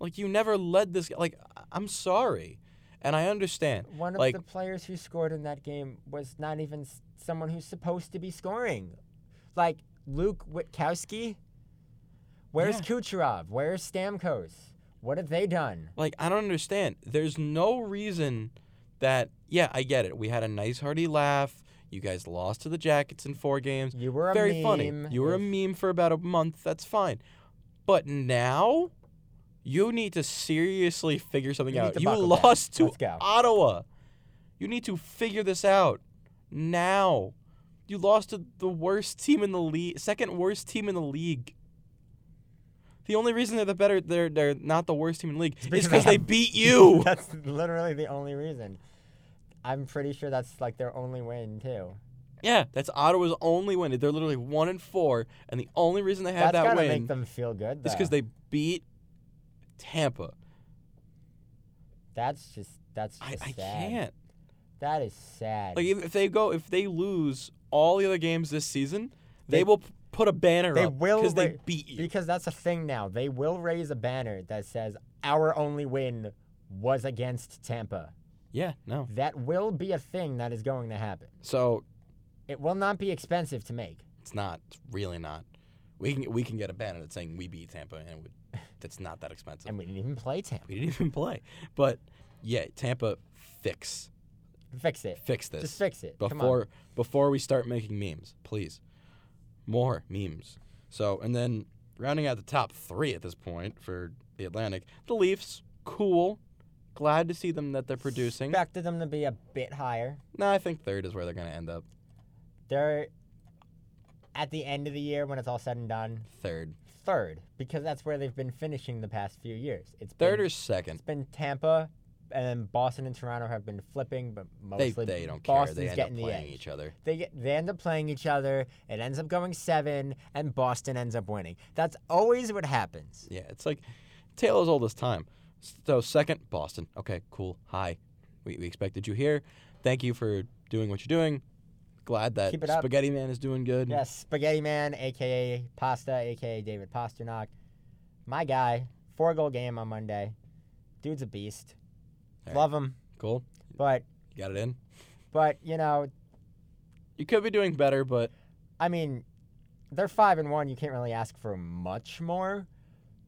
Like you never led this. Like I- I'm sorry, and I understand.
One of
like
the players who scored in that game was not even s- someone who's supposed to be scoring. Like Luke Witkowski. Where's
Yeah.
Kucherov? Where's Stamkos? What have they done?
Like, I don't understand. There's no reason that, yeah, I get it. We had a nice, hearty laugh. You guys lost to the Jackets in four games.
You were a
Very funny.
meme.
You were a meme for about a month. That's fine. But now, you need to seriously figure something
You need
out.
to
You
buckle down.
lost to
Let's go.
Ottawa. You need to figure this out now. You lost to the worst team in the league, second worst team in the league. The only reason they're the better, they're they're not the worst team in the league, is
because
because they
they have-
beat you.
that's literally the only reason. I'm pretty sure that's like their only win too.
yeah, that's Ottawa's only win. They're literally one and four, and the only reason they
That's
have that
gotta
win
make them feel good though.
is because they beat Tampa.
That's just that's
I,
just
I
sad.
can't.
That is sad.
Like if if they go, if they lose all the other games this season, they,
They-
will p- put a banner
they
up
will
because they
ra-
beat you.
Because that's a thing now. They will raise a banner that says our only win was against Tampa.
yeah, no.
That will be a thing that is going to happen.
So
It will not be expensive to make.
It's not. It's really not. We can we can get a banner that's saying we beat Tampa, and we, that's not that expensive.
And we didn't even play Tampa.
we didn't even play. But yeah, Tampa, fix
Fix it.
fix this
Just fix it. Come on.
before before we start making memes, please. More memes. So and then rounding out the top three at this point for the Atlantic, the Leafs, cool. Glad to see them that they're producing.
Expected them to be a bit higher.
No, I think third is where they're gonna end up.
They're at the end of the year when it's all said and done,
Third,
third, because that's where they've been finishing the past few years. It's
third
been,
or second.
It's been Tampa, and then Boston and Toronto have been flipping, but
They,
mostly
they don't care.
Boston's
They end up
getting the
playing
edge.
each other.
They get, they end up playing each other. It ends up going seven, and Boston ends up winning. That's always what happens.
Yeah, it's like tale as old as time. So second, Boston. Okay, cool. Hi, we, we expected you here. Thank you for doing what you're doing. Glad that
Keep it up.
Spaghetti Man is doing good.
Yes, Spaghetti Man, aka Pasta, aka David Pasternak, my guy. Four goal game on Monday. Dude's a beast.
All right.
Love him,
cool.
but
You got it in.
but you know,
You could be doing better, but
I mean, they're five and one. You can't really ask for much more.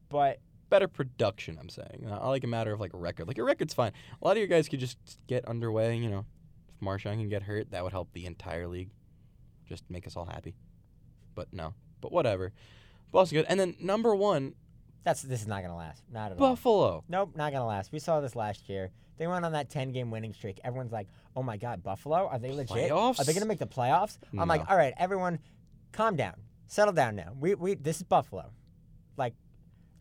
But
better production. I'm saying. Not like a matter of like record. Like your record's fine. A lot of you guys could just get underway. You know, if Marshawn can get hurt, that would help the entire league. Just make us all happy. But no. But whatever. Boston good. And then number one,
that's this is not gonna last. Not at all.
Buffalo.
Nope, not gonna last. We saw this last year. They went on that 10 game winning streak. Everyone's like, oh my God, Buffalo? Are they legit? Are they
Playoffs?
gonna make the playoffs? I'm like, all right, everyone, calm down. Settle down now. We, we This is Buffalo. Like,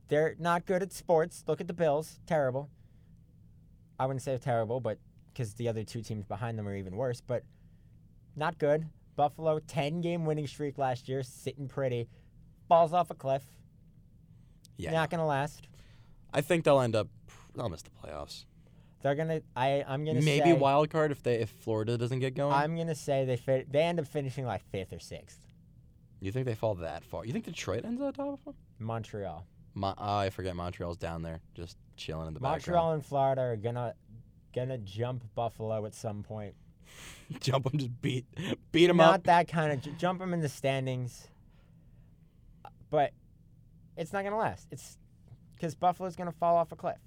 they're not good at sports. Look at the Bills. Terrible. I wouldn't say terrible, but because the other two teams behind them are even worse, but not good. Buffalo, 10 game winning streak last year, sitting pretty. Falls off a cliff.
Yeah.
Not gonna last.
I think they'll end up. They'll miss the playoffs.
They're gonna. I. I'm gonna.
Maybe
say,
wild card if they if Florida doesn't get going.
I'm gonna say they fi- they end up finishing like fifth or sixth.
you think they fall that far? You think Detroit ends on top of them?
Montreal.
Mo- oh, I forget Montreal's down there, just chilling in the
Montreal and Florida are gonna gonna jump Buffalo at some point.
background. Jump them, just beat, beat them
Not
up.
that kind of j- jump them in the standings, but it's not gonna last. It's because Buffalo's gonna fall off a cliff.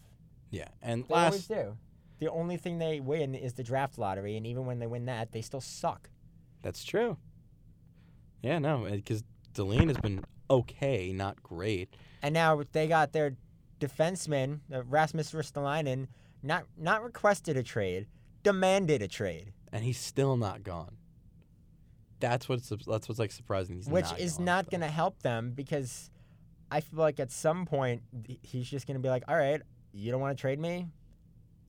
Yeah, and
They
last
always do. The only thing they win is the draft lottery, and even when they win that, they still suck.
That's true. Yeah, no, because Deline has been okay, not great.
And now they got their defenseman, uh, Rasmus Ristolainen, not not requested a trade, demanded a trade,
and he's still not gone. That's what's that's what's like surprising. He's
which
not
is
gone,
not
so.
going to help them because I feel like at some point th- he's just going to be like, "All right, you don't want to trade me?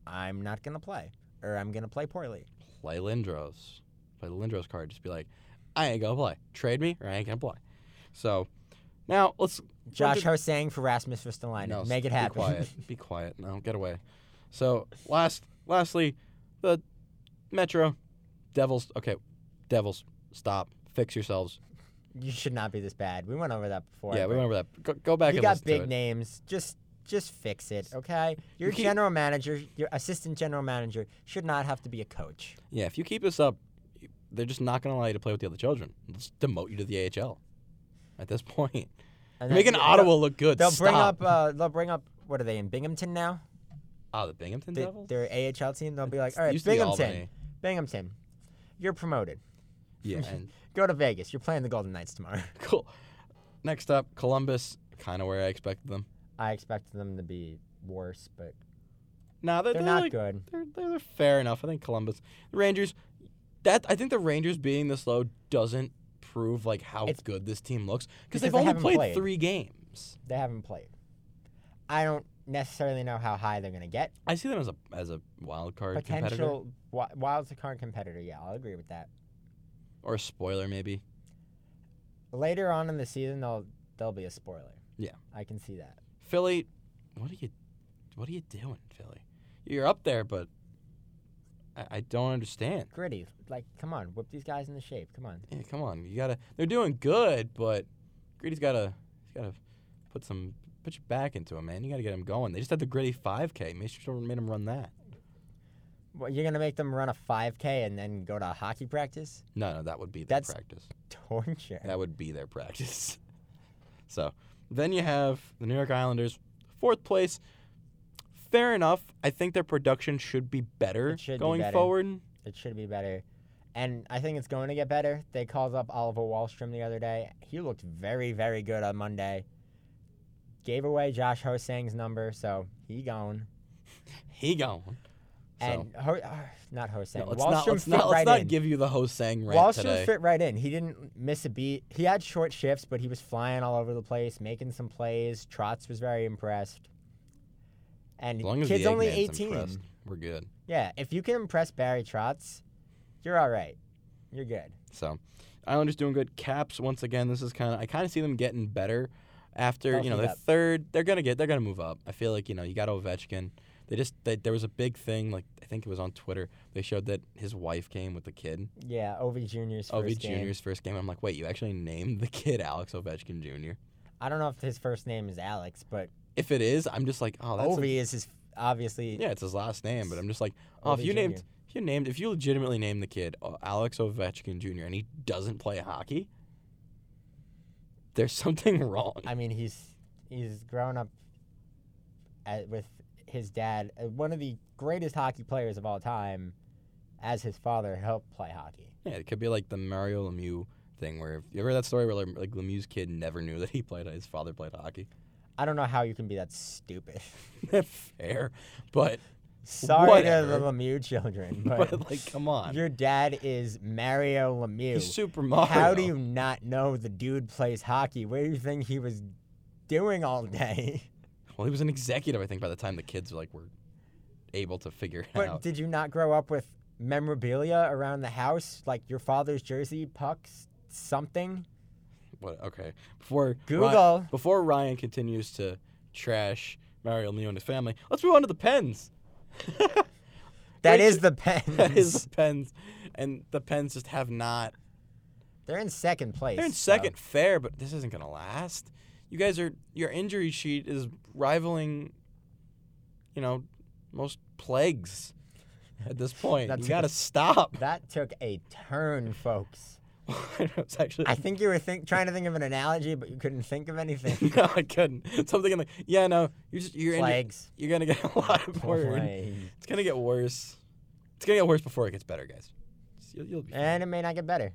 I'm not going to play, or I'm going to play poorly."
play Lindros, play the Lindros card. Just be like, I ain't gonna play. Trade me, or I ain't gonna play. So now let's
Josh
let's-
Hosang for Rasmus Ristolainen,
no,
make it
be
happen.
quiet. be quiet. No, get away. So last, lastly, the Metro Devils. Okay, Devils, stop. Fix yourselves.
you should not be this bad. We went over that before.
Yeah, we
but-
went over that. Go, go back
You
and
got
listen to
big
it.
names. Just just fix it, okay? Your
keep-
general manager, your assistant general manager should not have to be a coach.
Yeah, if you keep this up, they're just not going to allow you to play with the other children. They'll just demote you to the AHL at this point. You're
And
making
that's-
Ottawa
they'll-
look good.
They'll bring
Stop.
up uh, they'll bring up what are they in Binghamton now?
oh, the Binghamton
They,
Devils?
their AHL team. They'll be like, "All right,
used to be
Binghamton.
Albany.
Binghamton. You're promoted.
Yeah, and
Go to Vegas. You're playing the Golden Knights tomorrow."
cool. Next up, Columbus, kind of where I expected them.
I expected them to be worse, but
Nah, they're,
They're not
like-
good.
They're, they're, they're fair enough. I think Columbus. The Rangers, that I think the Rangers being this low doesn't prove like how
It's-
good this team looks because
because
they've
they
only
haven't
played,
played.
three games.
they haven't played. I don't necessarily know how high they're going to get.
I see them as a as a wild card competitor
Potential wi- wild card competitor. Yeah, I'll agree with that.
or a spoiler maybe.
later on in the season they'll they'll be a spoiler.
Yeah.
I can see that.
Philly, what are you, what are you doing, Philly? You're up there, but I, I don't understand.
Gritty, like, come on, whip these guys into shape. Come on.
Yeah, come on, you gotta. They're doing good, but Gritty's gotta, he's gotta put some, put your back into him, man. You gotta get him going. They just had the Gritty 5K. Make sure made him run that.
What, you're gonna make them run a 5K and then go to hockey practice?
No, no, that would be their
That's-
practice.
Torture.
That would be their practice. so then you have the New York Islanders, fourth place. Fair enough. I think their production should be better
It should be
going
better.
forward.
It should be better. And I think it's going to get better. They called up Oliver Wallstrom the other day. He looked very, very good on Monday. Gave away Josh Hosang's number, so he gone.
He gone.
And Ho- uh, not Hosang.
No, let's
Wallstrom
not, let's
fit
not, let's
right
not
in.
give you the Hosang rant
Wallstrom
today.
fit right in. He didn't miss a beat. He had short shifts, but he was flying all over the place, making some plays. Trotz was very impressed. And
as long as
kid's
the
only
Eggman's
18.
impressed, we're good.
Yeah, if you can impress Barry Trotz, you're all right. You're good.
So, Islanders doing good. Caps once again. This is kind of I kind of see them getting better after you know
Healthy
they're
up.
third. They're gonna get. They're gonna move up. I feel like you know you got Ovechkin. They just they, there was a big thing like I think it was on Twitter. They showed that his wife came with the kid.
Yeah, Ovi Jr.'s first
Ovi
game.
Junior's first game. I'm like, wait, you actually named the kid Alex Ovechkin Jr.
I don't know if his first name is Alex, but
If it is, I'm just like, oh, that's a-
Ovi is his obviously.
Yeah, it's his last name, but I'm just like, oh, if
Ovi
you
Jr..
named, if you named, if you legitimately named the kid uh, Alex Ovechkin Jr. and he doesn't play hockey, there's something wrong.
I mean, he's he's grown up at, with his dad, uh, one of the greatest hockey players of all time, as his father helped play hockey.
Yeah, it could be like the Mario Lemieux thing, where you ever heard that story where like like, Lemieux's kid never knew that he played, his father played hockey.
I don't know how you can be that stupid.
Fair, but
Sorry to
Whatever.
the Lemieux children, but,
but like, come on,
your dad is Mario Lemieux.
he's Super Mario.
How do you not know the dude plays hockey? What do you think he was doing all day?
Well, he was an executive, I think, by the time the kids like were able to figure it
But
out.
did you not grow up with memorabilia around the house, like your father's jersey, pucks, something?
What? Okay. Before Ry-
Google.
before Ryan continues to trash Mario Lemieux and his family, let's move on to the Pens.
That
Great
is
sh-
the Pens.
That is the Pens, and the Pens just have not.
They're in second place.
They're in
so
second, fair, but this isn't gonna last. you guys are your injury sheet is rivaling, you know, most plagues at this point. you
That's-
got to stop.
That took a turn, folks.
I was actually.
I think you were think, trying to think of an analogy, but you couldn't think of anything.
no, I couldn't. Something in the yeah, no. You're just you're injured-
Plagues.
you're gonna get a lot more.
Plagues.
It's gonna get worse. It's gonna get worse before it gets better, guys. It's- You'll, you'll be fine.
and it may not get better.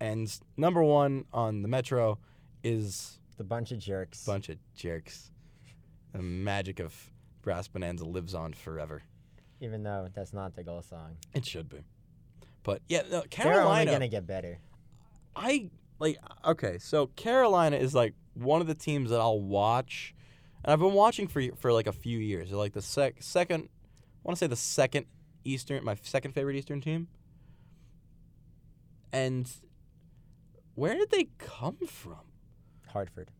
And number one on the Metro is
The bunch of jerks.
a bunch of jerks. The magic of Brass Bonanza lives on forever.
Even though that's not the goal song.
It should be. But yeah, no,
They're only
Carolina.
going to get better.
I like uh, okay, so Carolina is like one of the teams that I'll watch, and I've been watching for for like a few years. They're like the sec, second, I want to say the second Eastern, my second favorite Eastern team. And where did they come from?
Hartford.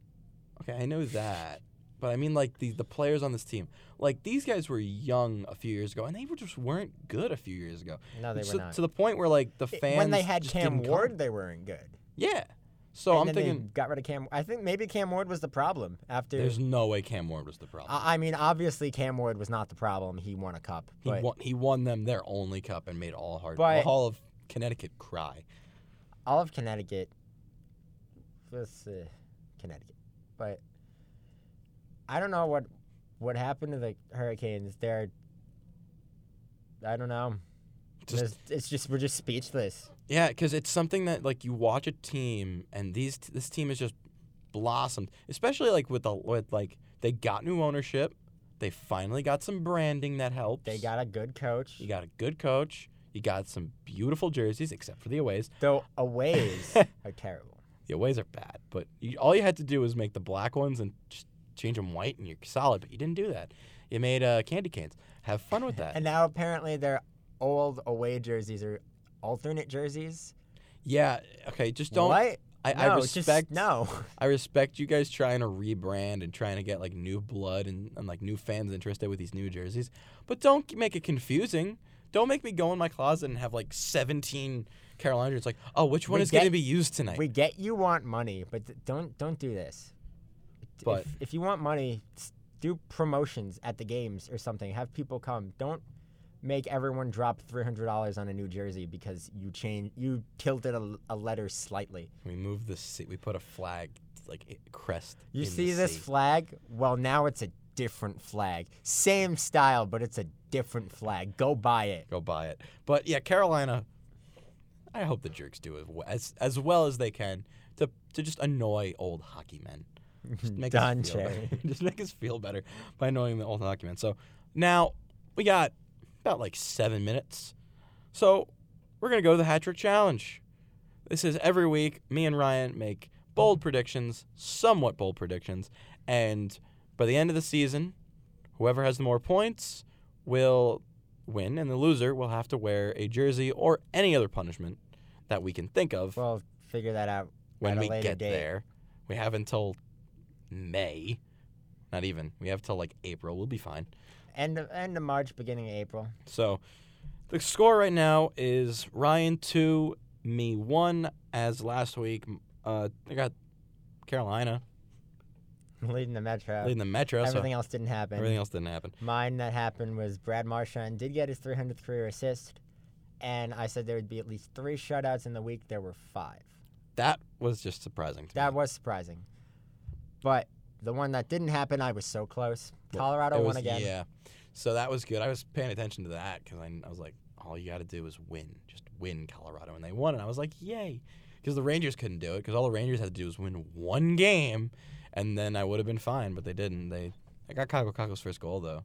Okay, I know that, but I mean like the the players on this team, like these guys were young a few years ago, and they were just weren't good a few years ago.
No, they
to,
were not.
To the point where like the
It-
fans
when they had
just
Cam
didn't come.
Ward, they weren't good.
yeah. So
and
I'm
then
thinking.
they got rid of Cam. I think maybe Cam Ward was the problem after.
There's no way Cam Ward was the problem.
I I mean, obviously Cam Ward was not the problem. He won a cup,
he
but
won. He won them their only cup and made all hard
But-
all of Connecticut cry.
all of Connecticut was uh, Connecticut, but I don't know what what happened to the Hurricanes. They're I don't know.
Just-
There's- it's just we're just speechless.
Yeah, because it's something that like you watch a team and these t- this team has just blossomed, especially like with the with like they got new ownership, they finally got some branding that helps.
They got a good coach,
you got a good coach, you got some beautiful jerseys except for the aways.
though aways are terrible.
The aways are bad, but you, all you had to do was make the black ones and just change them white and you're solid. But you didn't do that. You made uh, candy canes. Have fun with that.
And now apparently their old away jerseys are alternate jerseys.
Yeah. Okay. Just don't.
What?
I,
no,
I
it's
respect.
just, no.
I respect you guys trying to rebrand and trying to get like new blood and, and like new fans interested with these new jerseys, but don't make it confusing. Don't make me go in my closet and have like 17 Carolina. It's like, oh, which one
We
is going to
get-
be used tonight?
We get you want money, but th- don't don't do this. If-
But-
if, you want money, s- do promotions at the games or something. Have people come. Don't make everyone drop three hundred dollars on a new jersey because you change you tilted a, a letter slightly.
we move the seat. We put a flag, like a crest.
You
in
see
the
this
seat.
flag? Well, now it's a different flag. Same style, but it's a different flag. Go buy it.
go buy it. But yeah, Carolina. I hope the jerks do as w- as, as well as they can to to just annoy old hockey men. Just make us
Don
feel better.
Cherry.
just make us feel better by annoying the old hockey men. So now we got about like seven minutes. So we're gonna go to the hat trick challenge. This is every week. Me and Ryan make bold predictions, somewhat bold predictions, and by the end of the season, whoever has the more points will win, and the loser will have to wear a jersey or any other punishment that we can think of
Well, figure that out
when
at a
we
later
get
date.
there. We have until May, not even. We have till like April. We'll be fine.
End of, end of March, beginning of April.
So the score right now is Ryan 2, me 1, as last week. Uh, I got Carolina
Leading the Metro.
leading the Metro,
Everything
so
else didn't happen.
everything else didn't happen.
Mine that happened was Brad Marchand did get his 300th career assist, and I said there would be at least three shutouts in the week. There were five.
That was just surprising to
That
me.
was surprising. But the one that didn't happen, I was so close. Colorado
It
won
was-
again.
Yeah. So that was good. I was paying attention to that because I, I was like, all you got to do is win. Just win Colorado. And they won. And I was like, yay. Because the Rangers couldn't do it because all the Rangers had to do was win one game. And then I would have been fine, but they didn't. They I got Kako Kako's first goal, though.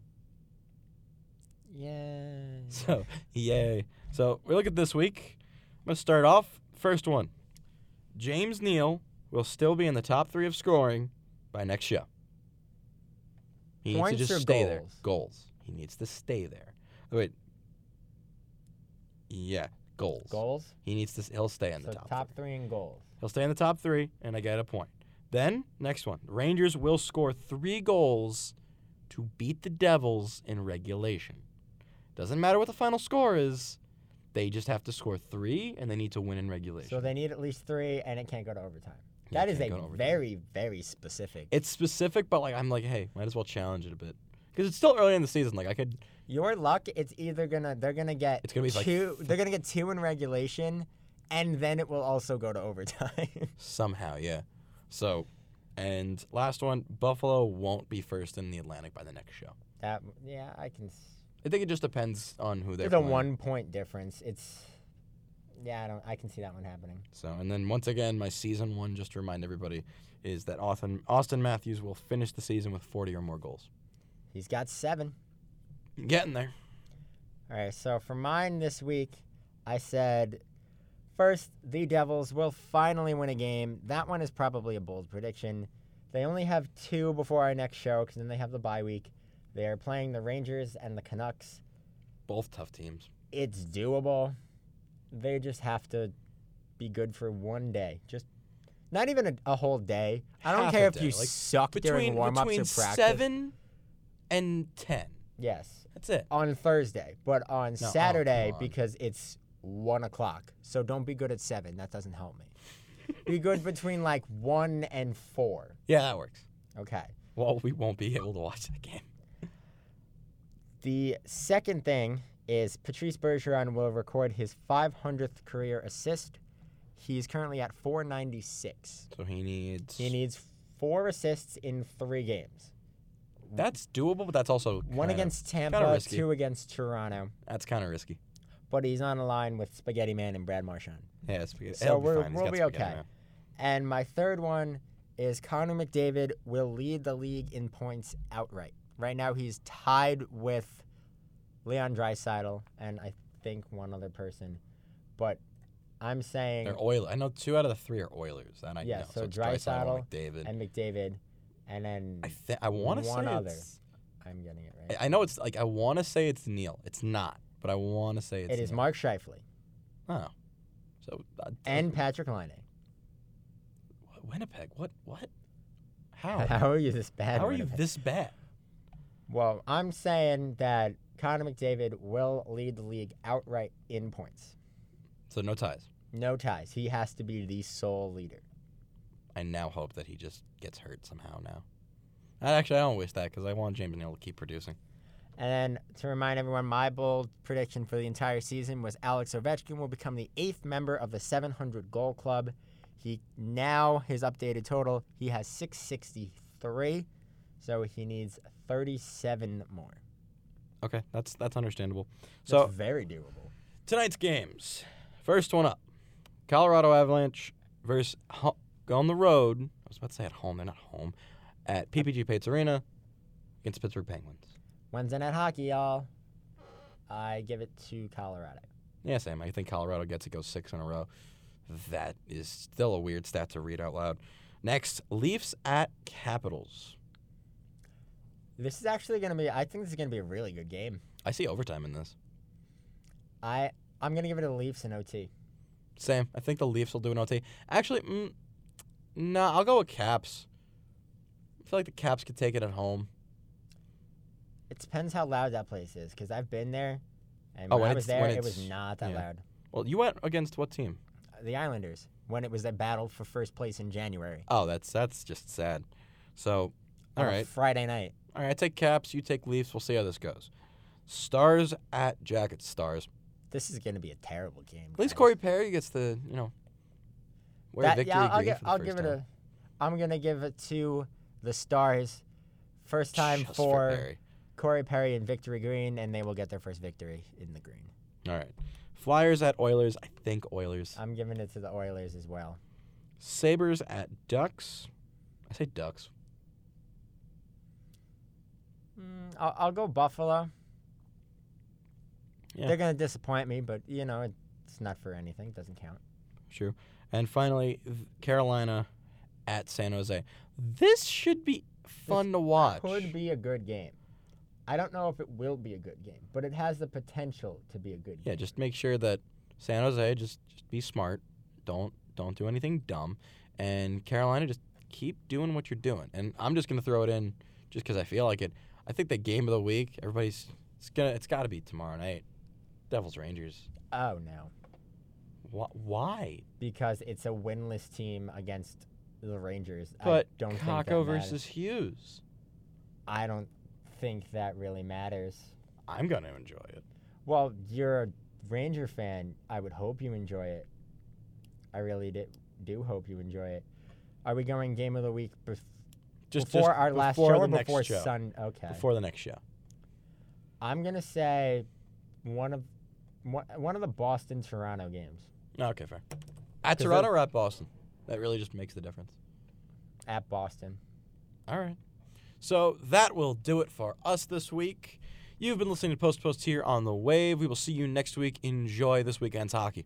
Yay.
So, yay. So, we look at this week. I'm going to start off. First one James Neal will still be in the top three of scoring by next show. He
Points
needs to
or
just stay there.
goals?
Goals. He needs to stay there. Oh, wait. Yeah, goals.
Goals.
He needs to. s- He'll stay in the
So
top.
top,
three.
three in goals.
He'll stay in the top three, and I get a point. Then next one, Rangers will score three goals to beat the Devils in regulation. Doesn't matter what the final score is, they just have to score three, and they need to win in regulation.
So they need at least three, and it can't go to overtime.
You
That is
can't
a
go to overtime.
very, very specific.
It's specific, but like I'm like, hey, might as well challenge it a bit because it's still early in the season. Like I could.
Your luck, it's either gonna they're gonna get
It's gonna be like-
two they're gonna get two in regulation and then it will also go to overtime.
Somehow, yeah. So, and last one Buffalo won't be first in the Atlantic by the next show.
that yeah, I can s-
I think it just depends on who they're
It's a
playing.
one point difference. It's yeah, I don't I can see that one happening.
So, and then once again, my season one, just to remind everybody, is that Austin, Austin Matthews will finish the season with 40 or more goals.
He's got seven.
Getting there.
All right, so for mine this week, I said first, the Devils will finally win a game. That one is probably a bold prediction. They only have two before our next show because then they have the bye week. They are playing the Rangers and the Canucks.
Both tough teams.
It's doable. They just have to be good for one day. Just not even a, a whole day. I don't
Half a
care if
day,
you
like,
suck during
Between,
warm ups or
between
practice.
7 and 10.
Yes.
That's it.
on Thursday, but on
oh,
Saturday
come on.
because it's one o'clock. So don't be good at seven. That doesn't help me. be good between like one and four.
Yeah, that works.
Okay.
Well, we won't be able to watch that game.
The second thing is Patrice Bergeron will record his 500th career assist. He's currently at 496.
So he needs.
He needs four assists in three games.
that's doable, but that's also.
One
kinda-
against
kinda
Tampa,
risky.
two against Toronto.
That's kind of risky.
But he's on a line with Spaghetti Man and Brad Marchand.
Yeah, it's spaghetti.
So
it'll be
we're,
fine. He's
we'll
got
be
spaghetti
okay.
now.
And my third one is Connor McDavid will lead the league in points outright. Right now, he's tied with Leon Dreisidel and I think one other person. But I'm saying
They're Oilers. I know two out of the three are Oilers. That I
Yeah,
know.
so
it's Draisaitl
Draisaitl
and McDavid.
and McDavid, and then
I think I want to say
one other.
it's-
I'm getting it right.
I I know it's like I want to say it's Neil. It's not, but I want to say it's.
it is
Neil.
Mark Scheifele
Oh, so uh,
and Patrick Line.
Winnipeg. What? What? How?
How are you this bad?
Oh. How are you
Winnipeg?
this bad?
Well, I'm saying that Connor McDavid will lead the league outright in points.
So no ties.
No ties. He has to be the sole leader.
I now hope that he just gets hurt somehow. Now, I actually I don't wish that because I want James Neal to keep producing.
And then to remind everyone, my bold prediction for the entire season was Alex Ovechkin will become the eighth member of the 700 goal club. He now his updated total he has 663, so he needs 37 more.
Okay, that's that's understandable.
So
So
very doable.
tonight's games. First one up Colorado Avalanche versus ho- on the road. I was about to say at home, they're not home. At PPG Pates Arena against Pittsburgh Penguins.
Wednesday night hockey, y'all. I give it to Colorado.
Yeah, Sam, I think Colorado gets it, goes six in a row. That is still a weird stat to read out loud. Next, Leafs at Capitals.
This is actually going to be. I think this is going to be a really good game.
I see overtime in this.
I I'm going to give it to the Leafs in OT.
Sam, I think the Leafs will do an OT. Actually, mm, nah, I'll go with Caps. I feel like the Caps could take it at home.
It depends how loud that place is, because I've been there, and
Oh,
when
when
I was
it's-
there,
when
it
it's-
was not that
yeah.
loud.
Well, you went against what team?
The Islanders, when it was that battle for first place in January,
Oh, that's that's just sad. So, all
on a
right,
Friday night.
all right. I take Caps. You take Leafs. We'll see how this goes. Stars at Jackets. Stars.
This is going to be a terrible game.
At least
guys.
Corey Perry gets the you know wear
That-
victory
yeah, I'll,
green
give,
for the
I'll
first
give it
time.
a. I'm going to give it to the Stars, first time
Just
for,
Perry.
Corey Perry and Victory Green, and they will get their first victory in the green.
All right. Flyers at Oilers. I think Oilers.
I'm giving it to the Oilers as well.
Sabers at Ducks. I say Ducks.
Mm, I'll, I'll go Buffalo.
Yeah.
They're going to disappoint me, but you know it's not for anything. It doesn't count.
Sure. And finally, th- Carolina at San Jose. This should be fun to watch.
could be a good game. I don't know if it will be a good game, but it has the potential to be a good
Yeah,
game.
just make sure that San Jose just, just be smart. Don't don't do anything dumb. And Carolina just keep doing what you're doing. And I'm just gonna throw it in just because I feel like it. I think the game of the week, everybody's it's gonna it's gotta be tomorrow night. Devils Rangers.
Oh no,
Wh- why?
because it's a winless team against the Rangers.
But
I don't think that
Kako
matters.
versus Hughes,
I don't think that really matters.
I'm gonna enjoy it.
Well, you're a Ranger fan. I would hope you enjoy it. I really do, do hope you enjoy it. Are we going game of the week bef-
Just
before
just
our last
before
show
the
or
next
before
show.
Sun? Okay.
Before the next show.
I'm gonna say one of one, one of the Boston Toronto games
Okay, fair. At
Is
Toronto
that-
or at Boston? That really just makes the difference.
at Boston.
All right. So that will do it for us this week. You've been listening to Post to Post here on the Wave. We will see you next week. Enjoy this weekend's hockey.